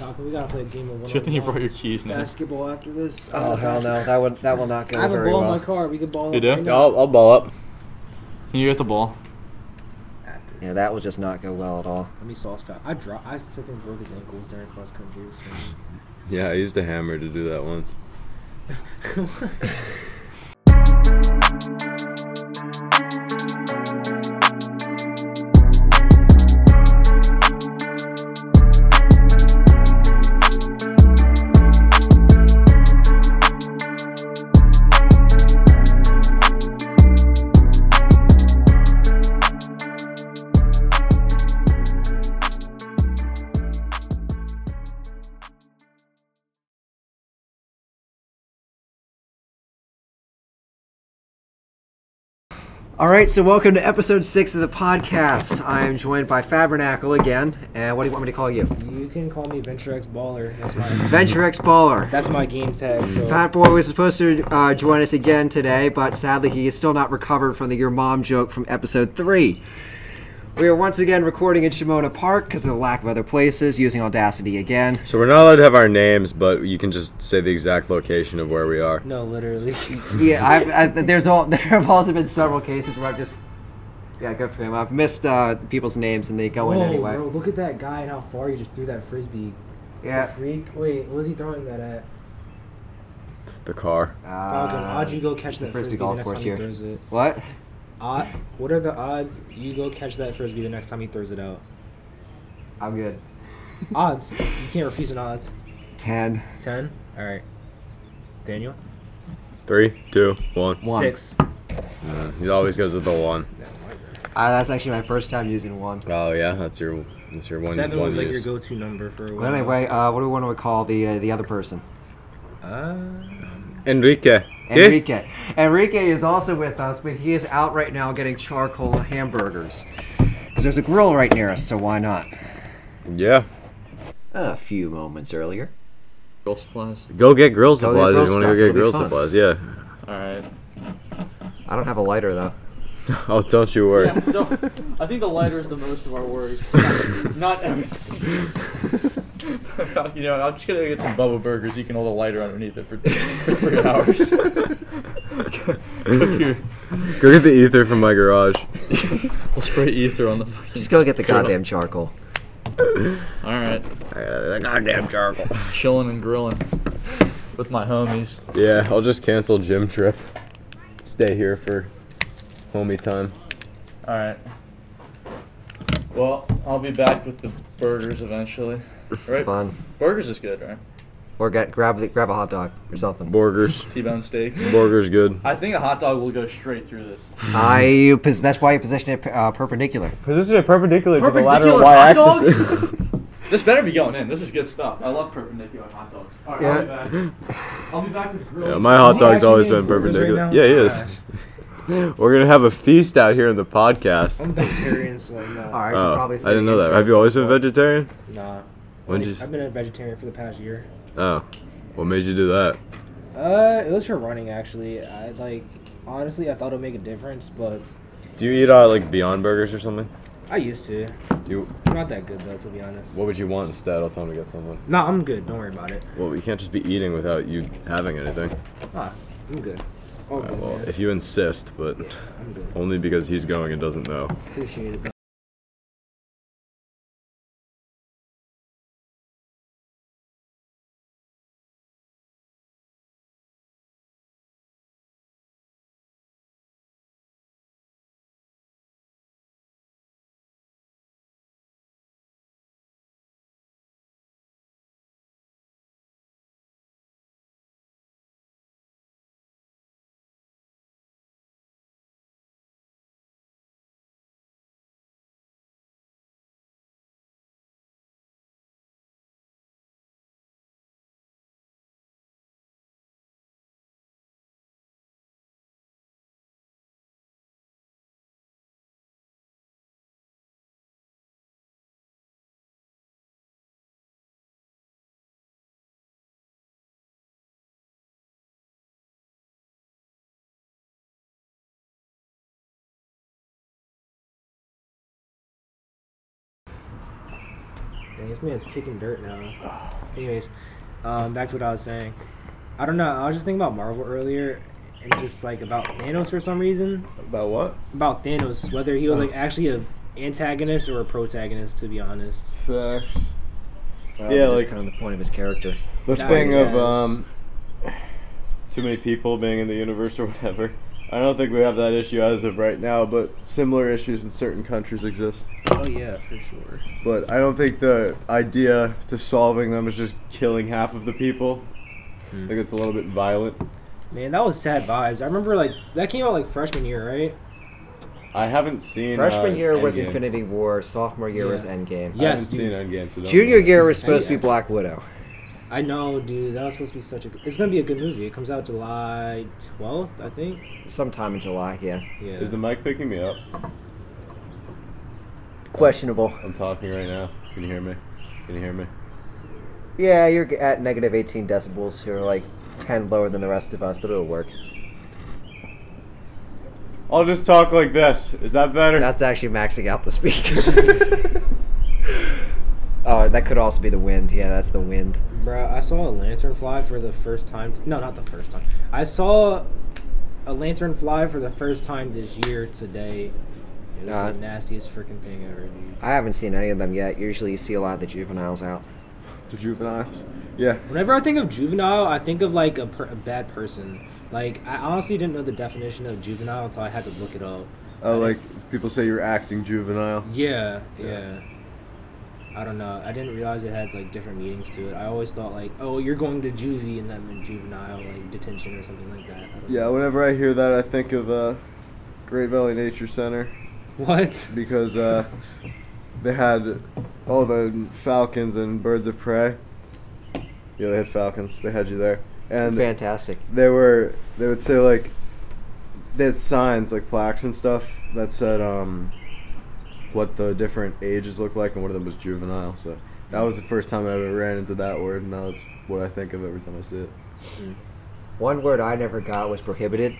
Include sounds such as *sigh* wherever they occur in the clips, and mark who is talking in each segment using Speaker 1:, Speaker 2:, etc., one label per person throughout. Speaker 1: Malcolm, we gotta play a game of
Speaker 2: It's a good thing you brought your keys now.
Speaker 1: basketball after this.
Speaker 3: Oh hell no, that would that will not
Speaker 1: I
Speaker 3: go
Speaker 1: have a
Speaker 3: very
Speaker 1: ball in
Speaker 3: well.
Speaker 1: my car. We could ball.
Speaker 2: You
Speaker 1: up
Speaker 2: do?
Speaker 1: right now.
Speaker 3: I'll, I'll ball up.
Speaker 2: Can you get the ball?
Speaker 3: Yeah, that will just not go well at all.
Speaker 1: Let me sauce fat. I drop. I freaking broke his ankles during cross country. So.
Speaker 4: Yeah, I used a hammer to do that once.
Speaker 3: All right, so welcome to episode six of the podcast. I am joined by Fabernacle again, and what do you want me to call you?
Speaker 1: You can call me Venture X Baller. That's my.
Speaker 3: Venture X Baller.
Speaker 1: That's my game tag. So.
Speaker 3: Fat Boy was supposed to uh, join us again today, but sadly he is still not recovered from the your mom joke from episode three. We are once again recording in Shimona Park because of the lack of other places, using Audacity again.
Speaker 4: So we're not allowed to have our names, but you can just say the exact location of where we are.
Speaker 1: No,
Speaker 3: *laughs*
Speaker 1: literally.
Speaker 3: Yeah, I've, i there's all *laughs* there have also been several cases where I've just yeah, good for him. I've missed uh, people's names and they go in
Speaker 1: Whoa,
Speaker 3: anyway.
Speaker 1: bro! Look at that guy and how far he just threw that frisbee.
Speaker 3: Yeah.
Speaker 1: Freak. Wait, what was he throwing that at?
Speaker 4: The car.
Speaker 1: Falcon,
Speaker 3: Uh,
Speaker 1: odds you go catch that
Speaker 3: the
Speaker 1: frisbee
Speaker 3: frisbee
Speaker 1: the
Speaker 3: golf
Speaker 1: next
Speaker 3: course
Speaker 1: time
Speaker 3: here.
Speaker 1: he throws it.
Speaker 3: what?
Speaker 1: Odd, what are the odds you go catch that frisbee the next time he throws it out?
Speaker 3: I'm good.
Speaker 1: Odds. You can't refuse an odds.
Speaker 3: Ten.
Speaker 1: Ten. All right. Daniel.
Speaker 4: Three, two, one.
Speaker 3: One.
Speaker 1: Six.
Speaker 4: Uh, he always goes with the one.
Speaker 3: Uh, that's actually my first time using one.
Speaker 4: Oh yeah, that's your that's your one.
Speaker 1: Seven
Speaker 4: one
Speaker 1: was like your
Speaker 4: use.
Speaker 1: go-to number for. a
Speaker 3: But
Speaker 1: while.
Speaker 3: anyway, uh, what do we want to call the uh, the other person?
Speaker 1: Uh,
Speaker 4: Enrique. Okay?
Speaker 3: Enrique. Enrique is also with us, but he is out right now getting charcoal hamburgers. Because there's a grill right near us, so why not?
Speaker 4: Yeah.
Speaker 3: A few moments earlier.
Speaker 2: Girl supplies.
Speaker 4: Go get grill
Speaker 3: Go get
Speaker 4: supplies.
Speaker 3: grill
Speaker 4: if you want
Speaker 3: stuff,
Speaker 4: to go
Speaker 3: it'll
Speaker 4: get
Speaker 3: be
Speaker 4: grill
Speaker 3: fun.
Speaker 4: supplies? Yeah. *laughs*
Speaker 2: All right.
Speaker 3: I don't have a lighter though.
Speaker 4: Oh, don't you worry.
Speaker 2: I think the lighter is the most of our worries. Not everything. *laughs* you know, I'm just gonna get some bubble burgers. You can hold a lighter underneath it for three hours. *laughs* Cook your-
Speaker 4: go get the ether from my garage.
Speaker 2: we'll spray ether on the. Fucking...
Speaker 3: Just go get the goddamn charcoal.
Speaker 2: All right,
Speaker 4: The goddamn charcoal.
Speaker 2: chilling and grilling with my homies.
Speaker 4: Yeah, I'll just cancel gym trip. Stay here for homie time.
Speaker 2: All right. Well, I'll be back with the burgers eventually. Right?
Speaker 3: Fun.
Speaker 2: Burgers is good, right?
Speaker 3: Or get, grab the, grab a hot dog or something.
Speaker 4: Burgers.
Speaker 2: T-bone steaks.
Speaker 4: Burgers good.
Speaker 2: I think a hot dog will go straight through this.
Speaker 3: I you pos- that's why you position it uh, perpendicular.
Speaker 4: Position it perpendicular,
Speaker 2: to the lateral Perpendicular hot
Speaker 4: y-axis.
Speaker 2: This better be going in. This is good stuff. I love perpendicular hot dogs. All right, I'll be back. I'll be back with grills.
Speaker 4: *laughs* yeah, my hot dog's
Speaker 1: actually
Speaker 4: always
Speaker 1: doing
Speaker 4: been
Speaker 1: burgers right
Speaker 4: perpendicular.
Speaker 1: now?
Speaker 4: yeah, he is.
Speaker 1: Gosh,
Speaker 4: *laughs* We're gonna have a feast out here in the podcast.
Speaker 1: I'm vegetarian, so *laughs* I'm not.
Speaker 3: All right, I should
Speaker 4: Oh, I
Speaker 3: probably say
Speaker 4: didn't know that.
Speaker 3: intro
Speaker 4: Have you
Speaker 3: at
Speaker 4: always
Speaker 3: some
Speaker 4: been
Speaker 3: point.
Speaker 4: vegetarian?
Speaker 1: Nah.
Speaker 4: When
Speaker 1: Like,
Speaker 4: did you,
Speaker 1: I've been a vegetarian for the past year.
Speaker 4: oh, what made you do that?
Speaker 1: Uh, it was for running actually. I like honestly, I thought it'd make a difference, but
Speaker 4: Do you eat uh, like Beyond Burgers or something?
Speaker 1: I used to.
Speaker 4: Do you,
Speaker 1: I'm not that good though, to be honest.
Speaker 4: what would you want instead? I'll tell him to get something.
Speaker 1: No, I'm good. Don't worry about it.
Speaker 4: Well, we can't just be eating without you having anything.
Speaker 1: Nah, Ah, I'm good. Oh,
Speaker 4: Alright, well, if you insist, but
Speaker 1: I'm good.
Speaker 4: only because he's going and doesn't know.
Speaker 1: Appreciate it. Man, this man's kicking dirt now. Anyways, um, back to what I was saying. I don't know. I was just thinking about Marvel earlier, and just like about Thanos for some reason.
Speaker 4: About what?
Speaker 1: About Thanos, whether he was like actually a antagonist or a protagonist, to be honest.
Speaker 4: Facts.
Speaker 3: Well,
Speaker 4: Yeah,
Speaker 3: that's
Speaker 4: like-
Speaker 3: kind of the point of his character.
Speaker 4: The
Speaker 1: That
Speaker 4: thing
Speaker 1: makes
Speaker 4: of
Speaker 1: sense.
Speaker 4: um, too many people being in the universe or whatever. I don't think we have that issue as of right now, but similar issues in certain countries exist.
Speaker 1: Oh yeah, for sure.
Speaker 4: But I don't think the idea to solving them is just killing half of the people. I think it's a little bit violent.
Speaker 1: Man, that was sad vibes. I remember like that came out like freshman year, right?
Speaker 4: I haven't seen
Speaker 3: Freshman
Speaker 4: uh,
Speaker 3: year was
Speaker 4: Endgame.
Speaker 3: Infinity War. Sophomore year
Speaker 1: Yeah.
Speaker 3: was Endgame.
Speaker 4: I
Speaker 1: Yeah.
Speaker 4: haven't
Speaker 1: Yes, dude.
Speaker 4: seen Endgame. So don't
Speaker 3: Junior
Speaker 4: know.
Speaker 3: year was supposed to be
Speaker 1: Hey,
Speaker 3: Black Widow.
Speaker 1: I know, dude. That was supposed to be such a. It's gonna be a good movie. It comes out July twelfth, I think.
Speaker 3: Sometime in July, yeah.
Speaker 1: Yeah.
Speaker 4: Is the mic picking me up?
Speaker 3: Questionable.
Speaker 4: I'm talking right now. Can you hear me? Can you hear me?
Speaker 3: Yeah, you're g- at negative 18 decibels. You're like 10 lower than the rest of us, but it'll work.
Speaker 4: I'll just talk like this. Is that better?
Speaker 3: That's actually maxing out the *laughs* speaker. oh, that could also be the wind. Yeah, that's the wind.
Speaker 1: Bruh, I saw a lantern fly for the first time. T- no, not the first time. I saw a lantern fly for the first time this year today. It was
Speaker 3: Uh,
Speaker 1: the nastiest freaking thing ever, dude.
Speaker 3: I haven't seen any of them yet. Usually you see a lot of the juveniles out.
Speaker 4: the juveniles. Yeah.
Speaker 1: Whenever I think of juvenile, I think of like a, per- a bad person. Like, I honestly didn't know the definition of juvenile until I had to look it up.
Speaker 4: Oh, like people say you're acting juvenile.
Speaker 1: Yeah, yeah. I don't know. I didn't realize it had like different meanings to it. I always thought like, oh, you're going to juvie and then in juvenile like detention or something like that. I don't
Speaker 4: Yeah.
Speaker 1: know.
Speaker 4: Whenever I hear that, I think of uh, Great Valley Nature Center
Speaker 1: What? *laughs*
Speaker 4: because uh, they had all the falcons and birds of prey. Yeah, they had falcons. They had you there,
Speaker 3: Um,
Speaker 4: and
Speaker 3: Fantastic.
Speaker 4: they were they would say like they had signs like plaques and stuff that said um what the different ages looked like, and one of them was juvenile. So that was the first time I ever ran into that word, and now that's what I think of every time I see it.
Speaker 3: One word I never got was prohibited.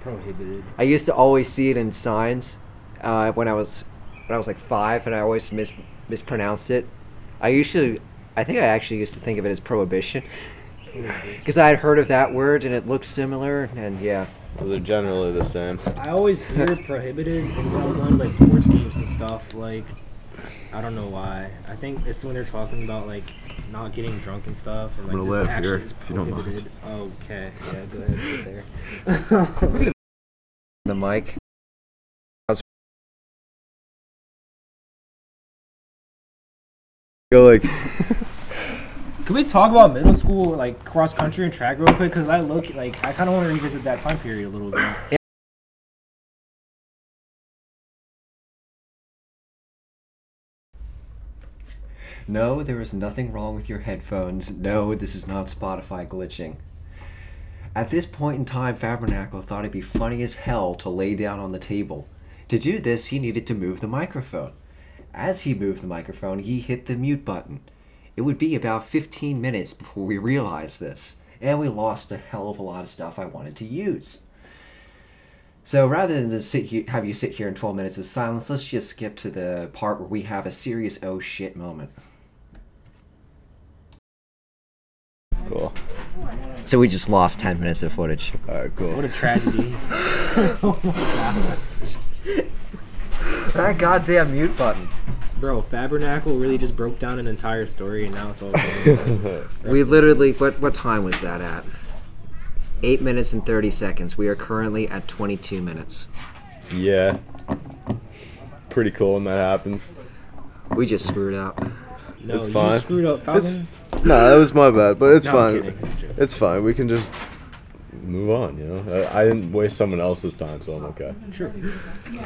Speaker 1: Prohibited.
Speaker 3: I used to always see it in signs uh, when I was when I was like five, and I always mis- mispronounced it. I usually, I think I actually used to think of it as prohibition *laughs* because I had heard of that word and it looked similar, and yeah,
Speaker 4: They're generally the same.
Speaker 1: I always
Speaker 4: *laughs*
Speaker 1: hear prohibited and when I'm going to like sports games and stuff. Like, I don't know why. I think it's when they're talking about like not getting drunk and stuff. Or, like,
Speaker 4: gonna
Speaker 1: this
Speaker 4: laugh
Speaker 1: actually
Speaker 4: here,
Speaker 1: is
Speaker 4: if you don't mind.
Speaker 1: prohibited. Okay. Yeah. Go ahead. Sit there.
Speaker 3: the mic.
Speaker 4: Go like
Speaker 1: Can we talk about middle school, like cross country and track, real quick? Because I look like I kind of want to revisit that time period a little bit.
Speaker 3: No, there is nothing wrong with your headphones. No, this is not Spotify glitching. At this point in time, Fabernacle thought it'd be funny as hell to lay down on the table. To do this, he needed to move the microphone. As he moved the microphone, he hit the mute button. It would be about 15 minutes before we realized this, and we lost a hell of a lot of stuff I wanted to use. So rather than to sit here, have you sit here in 12 minutes of silence, let's just skip to the part where we have a serious oh shit moment.
Speaker 4: cool.
Speaker 3: So we just lost 10 minutes of footage.
Speaker 4: All right, cool.
Speaker 1: What a tragedy.
Speaker 3: That goddamn mute button.
Speaker 1: Bro, Fabernacle really just broke down an entire story, and now it's
Speaker 4: *laughs*
Speaker 1: all. gone.
Speaker 3: We literally, what, what time was that at? 8 minutes and 30 seconds. We are currently at 22 minutes.
Speaker 4: Yeah. Pretty cool when that happens.
Speaker 3: We just screwed up.
Speaker 1: no,
Speaker 4: It's
Speaker 1: you
Speaker 4: fine.
Speaker 1: screwed up, Falcon.
Speaker 4: No, that was my bad, but it's
Speaker 1: No, I'm
Speaker 4: fine.
Speaker 1: kidding. It's a joke.
Speaker 4: It's fine. We can just move on. You know, I, I didn't waste someone else's time, so I'm okay.
Speaker 1: Sure.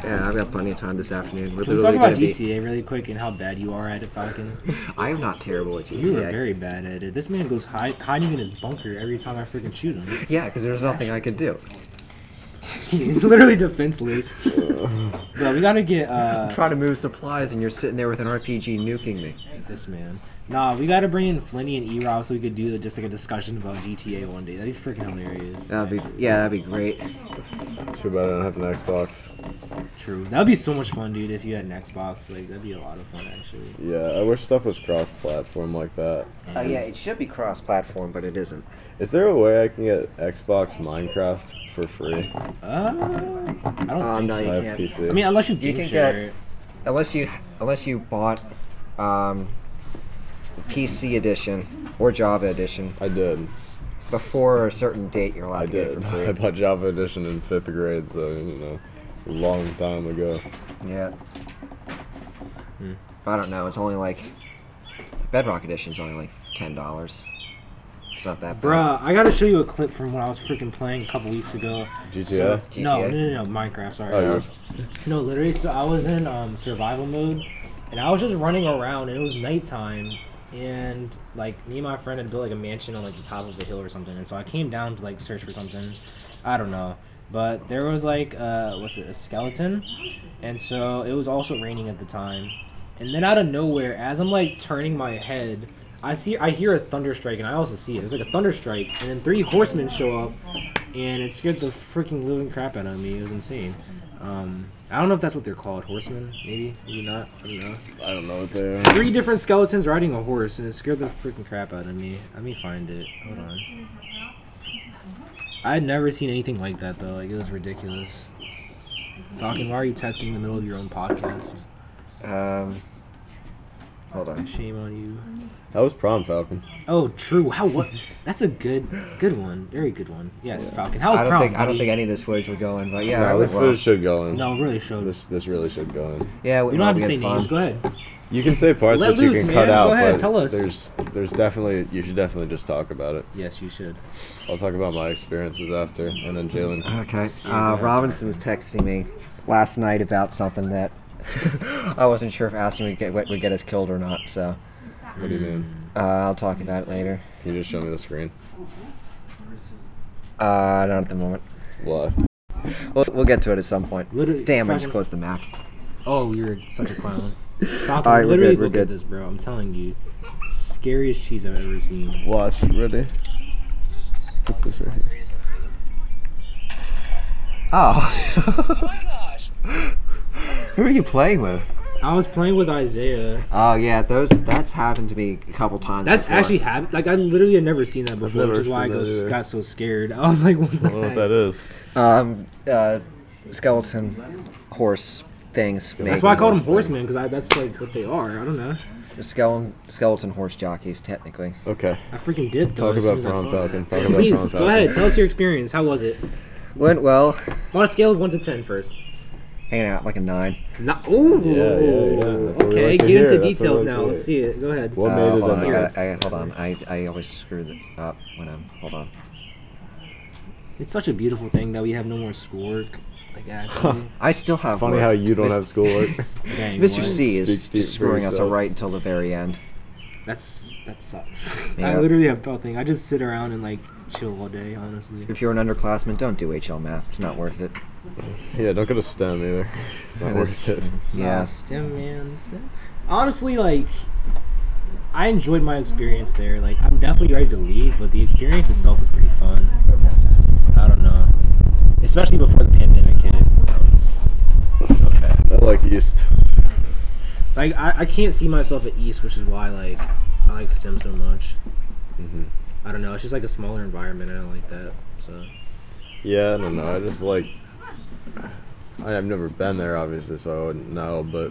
Speaker 3: Yeah, I've got plenty of time this afternoon. We're
Speaker 1: Can we
Speaker 3: literally
Speaker 1: talk about
Speaker 3: going to be.
Speaker 1: GTA really quick and how bad you are at it, Falcon?
Speaker 3: I am not terrible at GTA.
Speaker 1: You are very bad at it. This man goes hi- hiding in his bunker every time I freaking shoot
Speaker 3: *laughs*
Speaker 1: him.
Speaker 3: *laughs* Yeah, because there's nothing I can do.
Speaker 1: He's literally defenseless. Bro, we gotta get uh,
Speaker 3: Trying to move supplies and you're sitting there with an RPG nuking me.
Speaker 1: this man. Nah, we gotta bring in Flinny and E Rob so we could do just like a discussion about GTA one day. That'd be freaking hilarious.
Speaker 3: That'd be yeah, that'd be great.
Speaker 4: Too bad I don't have an Xbox.
Speaker 1: True. That'd be so much fun, dude. If you had an Xbox, like that'd be a lot of fun actually.
Speaker 4: Yeah, I wish stuff was cross-platform like that.
Speaker 3: Uh, yeah, it should be cross-platform, but it isn't.
Speaker 4: Is there a way I can get Xbox Minecraft for free?
Speaker 1: Uh, I don't
Speaker 3: Um,
Speaker 1: think
Speaker 3: no,
Speaker 1: so.
Speaker 3: you
Speaker 4: I
Speaker 3: can't.
Speaker 4: have PC.
Speaker 1: I mean, unless you, game
Speaker 3: can
Speaker 1: share
Speaker 3: get-
Speaker 1: it.
Speaker 3: Unless you unless you bought um, PC edition or Java edition
Speaker 4: I did.
Speaker 3: before a certain date, you're allowed
Speaker 4: I
Speaker 3: to get it
Speaker 4: did.
Speaker 3: for
Speaker 4: *laughs* I
Speaker 3: free.
Speaker 4: bought Java Edition in fifth grade, so you know, a long time ago.
Speaker 3: Yeah. Hmm. I don't know. It's only like Bedrock edition's only like ten dollars. It's not that bad.
Speaker 1: Bruh, I gotta show you a clip from when I was freaking playing a couple weeks ago.
Speaker 4: GTA.
Speaker 1: So, no, no,
Speaker 3: GTA?
Speaker 1: no, no, Minecraft. Sorry.
Speaker 4: Oh, yeah.
Speaker 1: No, literally. So I was in um, survival mode, and I was just running around, and it was nighttime, and like me and my friend had built like a mansion on like the top of a hill or something, and so I came down to like search for something, I don't know, but there was like uh, what's it, a skeleton, and so it was also raining at the time, and then out of nowhere, as I'm like turning my head. I see. I hear a thunder strike, and I also see it. It's like a thunder strike, and then three horsemen show up, and it scared the freaking living crap out of me. It was insane. Um, I don't know if that's what they're called, horsemen. Maybe, maybe not. I don't know.
Speaker 4: I don't know what they are.
Speaker 1: Three different skeletons riding a horse, and it scared the freaking crap out of me. Let me find it. Hold on. I had never seen anything like that though. Like it was ridiculous. Falcon, why are you texting in the middle of your own podcast?
Speaker 3: Um, hold on.
Speaker 1: Shame on you.
Speaker 4: That was prom, Falcon.
Speaker 1: Oh, true. How what? That's a good, good one. Very good one. Yes, Falcon. How was
Speaker 3: I don't
Speaker 1: prom?
Speaker 3: think I don't
Speaker 1: buddy?
Speaker 3: think any of this footage would go in, but yeah,
Speaker 4: no,
Speaker 3: it
Speaker 4: this
Speaker 3: would well.
Speaker 4: footage should go in.
Speaker 1: No, really showed.
Speaker 4: This this really should go in.
Speaker 3: yeah, it would
Speaker 1: You don't have to
Speaker 3: well
Speaker 1: say
Speaker 3: be fun.
Speaker 1: names. Go ahead.
Speaker 4: You can say parts
Speaker 1: Let
Speaker 4: that you
Speaker 1: loose,
Speaker 4: can
Speaker 1: man.
Speaker 4: cut
Speaker 1: Go
Speaker 4: out,
Speaker 1: ahead,
Speaker 4: but
Speaker 1: tell us.
Speaker 4: there's there's definitely you should definitely just talk about it.
Speaker 1: Yes, you should.
Speaker 4: I'll talk about my experiences after, and then Jalen.
Speaker 3: Okay. Uh, Robinson was texting me last night about something that *laughs* I wasn't sure if asking would get, would get us killed or not, so
Speaker 4: What do you mean?
Speaker 3: uh, I'll talk about it later.
Speaker 4: Can you just show me the screen?
Speaker 3: Uh, not at the moment.
Speaker 4: Why?
Speaker 3: We'll, we'll get to it at some point.
Speaker 1: Literally,
Speaker 3: Damn, I just
Speaker 1: Falcon-
Speaker 3: closed the Mac.
Speaker 1: Oh, you're such a
Speaker 3: *laughs*
Speaker 1: clown. Falcon,
Speaker 3: All right, we're
Speaker 1: literally
Speaker 3: good, we're
Speaker 1: look
Speaker 3: good.
Speaker 1: at this, bro. I'm telling you, scariest cheese I've ever seen.
Speaker 4: Watch. Ready? Put this right here.
Speaker 3: Oh. *laughs* Who are you playing with?
Speaker 1: I was playing with Isaiah.
Speaker 3: Oh yeah, those that's happened to me a couple times.
Speaker 1: That's
Speaker 3: before.
Speaker 1: actually happened. Like I literally had never seen that before, which
Speaker 4: never
Speaker 1: is why I
Speaker 4: seen that
Speaker 1: go-
Speaker 4: either.
Speaker 1: got so scared. *laughs* I was like, what the
Speaker 4: I don't know
Speaker 1: heck?
Speaker 4: what that is.
Speaker 3: um uh skeleton horse things.
Speaker 1: That's why I called them horsemen because that's like what they are. I don't know.
Speaker 3: skeleton skeleton horse jockeys technically.
Speaker 4: Okay.
Speaker 1: I freaking dipped. Though,
Speaker 4: Talk
Speaker 1: as
Speaker 4: about
Speaker 1: soon as I
Speaker 4: Prom
Speaker 1: saw
Speaker 4: Falcon.
Speaker 1: that.
Speaker 4: Talk about Prom
Speaker 1: Please go
Speaker 4: Falcon.
Speaker 1: ahead. Tell us your experience. How was it?
Speaker 3: Went well,
Speaker 1: On a scale of one to ten, first.
Speaker 3: hanging out like a nine.
Speaker 1: No. Ooh.
Speaker 4: Yeah, yeah, yeah. That's what we
Speaker 1: Okay.
Speaker 4: like to
Speaker 1: get
Speaker 4: hear.
Speaker 1: into
Speaker 4: That's what we
Speaker 1: details
Speaker 4: like to
Speaker 1: now.
Speaker 4: hear.
Speaker 1: Let's see it. Go ahead.
Speaker 4: What
Speaker 3: Uh,
Speaker 4: made it
Speaker 3: hold
Speaker 4: on
Speaker 3: on, I
Speaker 4: the
Speaker 3: gotta,
Speaker 4: list?
Speaker 3: I, hold on. I, I always screw it up when I'm. Hold on.
Speaker 1: It's such a beautiful thing that we have no more schoolwork. Like actually.
Speaker 3: I still have.
Speaker 4: Funny
Speaker 3: work.
Speaker 4: how you don't
Speaker 3: Mis-
Speaker 4: have schoolwork.
Speaker 1: Dang,
Speaker 3: Mr.
Speaker 1: what?
Speaker 3: C is
Speaker 4: Speaks
Speaker 3: just
Speaker 4: to it for
Speaker 3: screwing us
Speaker 4: yourself.
Speaker 3: right until the very end.
Speaker 1: That's that sucks.
Speaker 3: Yeah.
Speaker 1: I literally have nothing. I just sit around and like chill all day, honestly.
Speaker 3: If you're an underclassman, don't do HL math. It's not worth it.
Speaker 4: *laughs* yeah, don't go to STEM either. It's not worth
Speaker 3: It's-
Speaker 4: it.
Speaker 1: Nah,
Speaker 3: *laughs* Yeah.
Speaker 1: STEM man, STEM. Honestly, like I enjoyed my experience there. Like I'm definitely ready to leave, but the experience itself was pretty fun. I don't know, especially before the pandemic hit. That was, it was okay.
Speaker 4: I like East.
Speaker 1: Like I, I can't see myself at East, which is why like I like STEM so much.
Speaker 4: Mhm.
Speaker 1: I don't know. It's just like a smaller environment. and I don't like that. So
Speaker 4: Yeah, I don't know. I just like. I- I've never been there, obviously, so I wouldn't know, but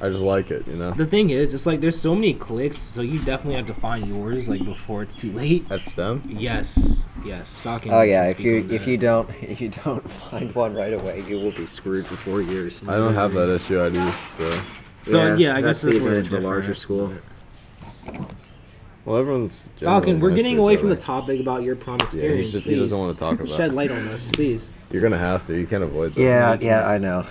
Speaker 4: I just like it, you know?
Speaker 1: the thing is, it's like there's so many clicks, so you definitely have to find yours like before it's too late.
Speaker 4: At STEM?
Speaker 1: Yes, yes. Falcon
Speaker 3: Oh yeah.
Speaker 1: can
Speaker 3: If
Speaker 1: speak
Speaker 3: you
Speaker 1: on
Speaker 3: if
Speaker 1: that.
Speaker 3: you don't *laughs* if you don't find one right away, you will be screwed for four years.
Speaker 4: I don't have that issue at East, so.
Speaker 1: So yeah, I
Speaker 3: that's
Speaker 1: guess this
Speaker 3: the advantage of a
Speaker 1: different.
Speaker 3: larger school.
Speaker 4: Well, everyone's.
Speaker 1: Falcon,
Speaker 4: generally
Speaker 1: we're
Speaker 4: nice
Speaker 1: getting
Speaker 4: to
Speaker 1: away
Speaker 4: each
Speaker 1: from the
Speaker 4: other.
Speaker 1: topic about your prom
Speaker 4: Yeah,
Speaker 1: experience.
Speaker 4: he's just,
Speaker 1: please.
Speaker 4: he doesn't want to talk
Speaker 1: *laughs*
Speaker 4: about
Speaker 1: Shed
Speaker 4: it.
Speaker 1: light on this, please.
Speaker 4: You're going to have to. You can't avoid this.
Speaker 3: Yeah. Yeah.
Speaker 4: *laughs*
Speaker 3: I know.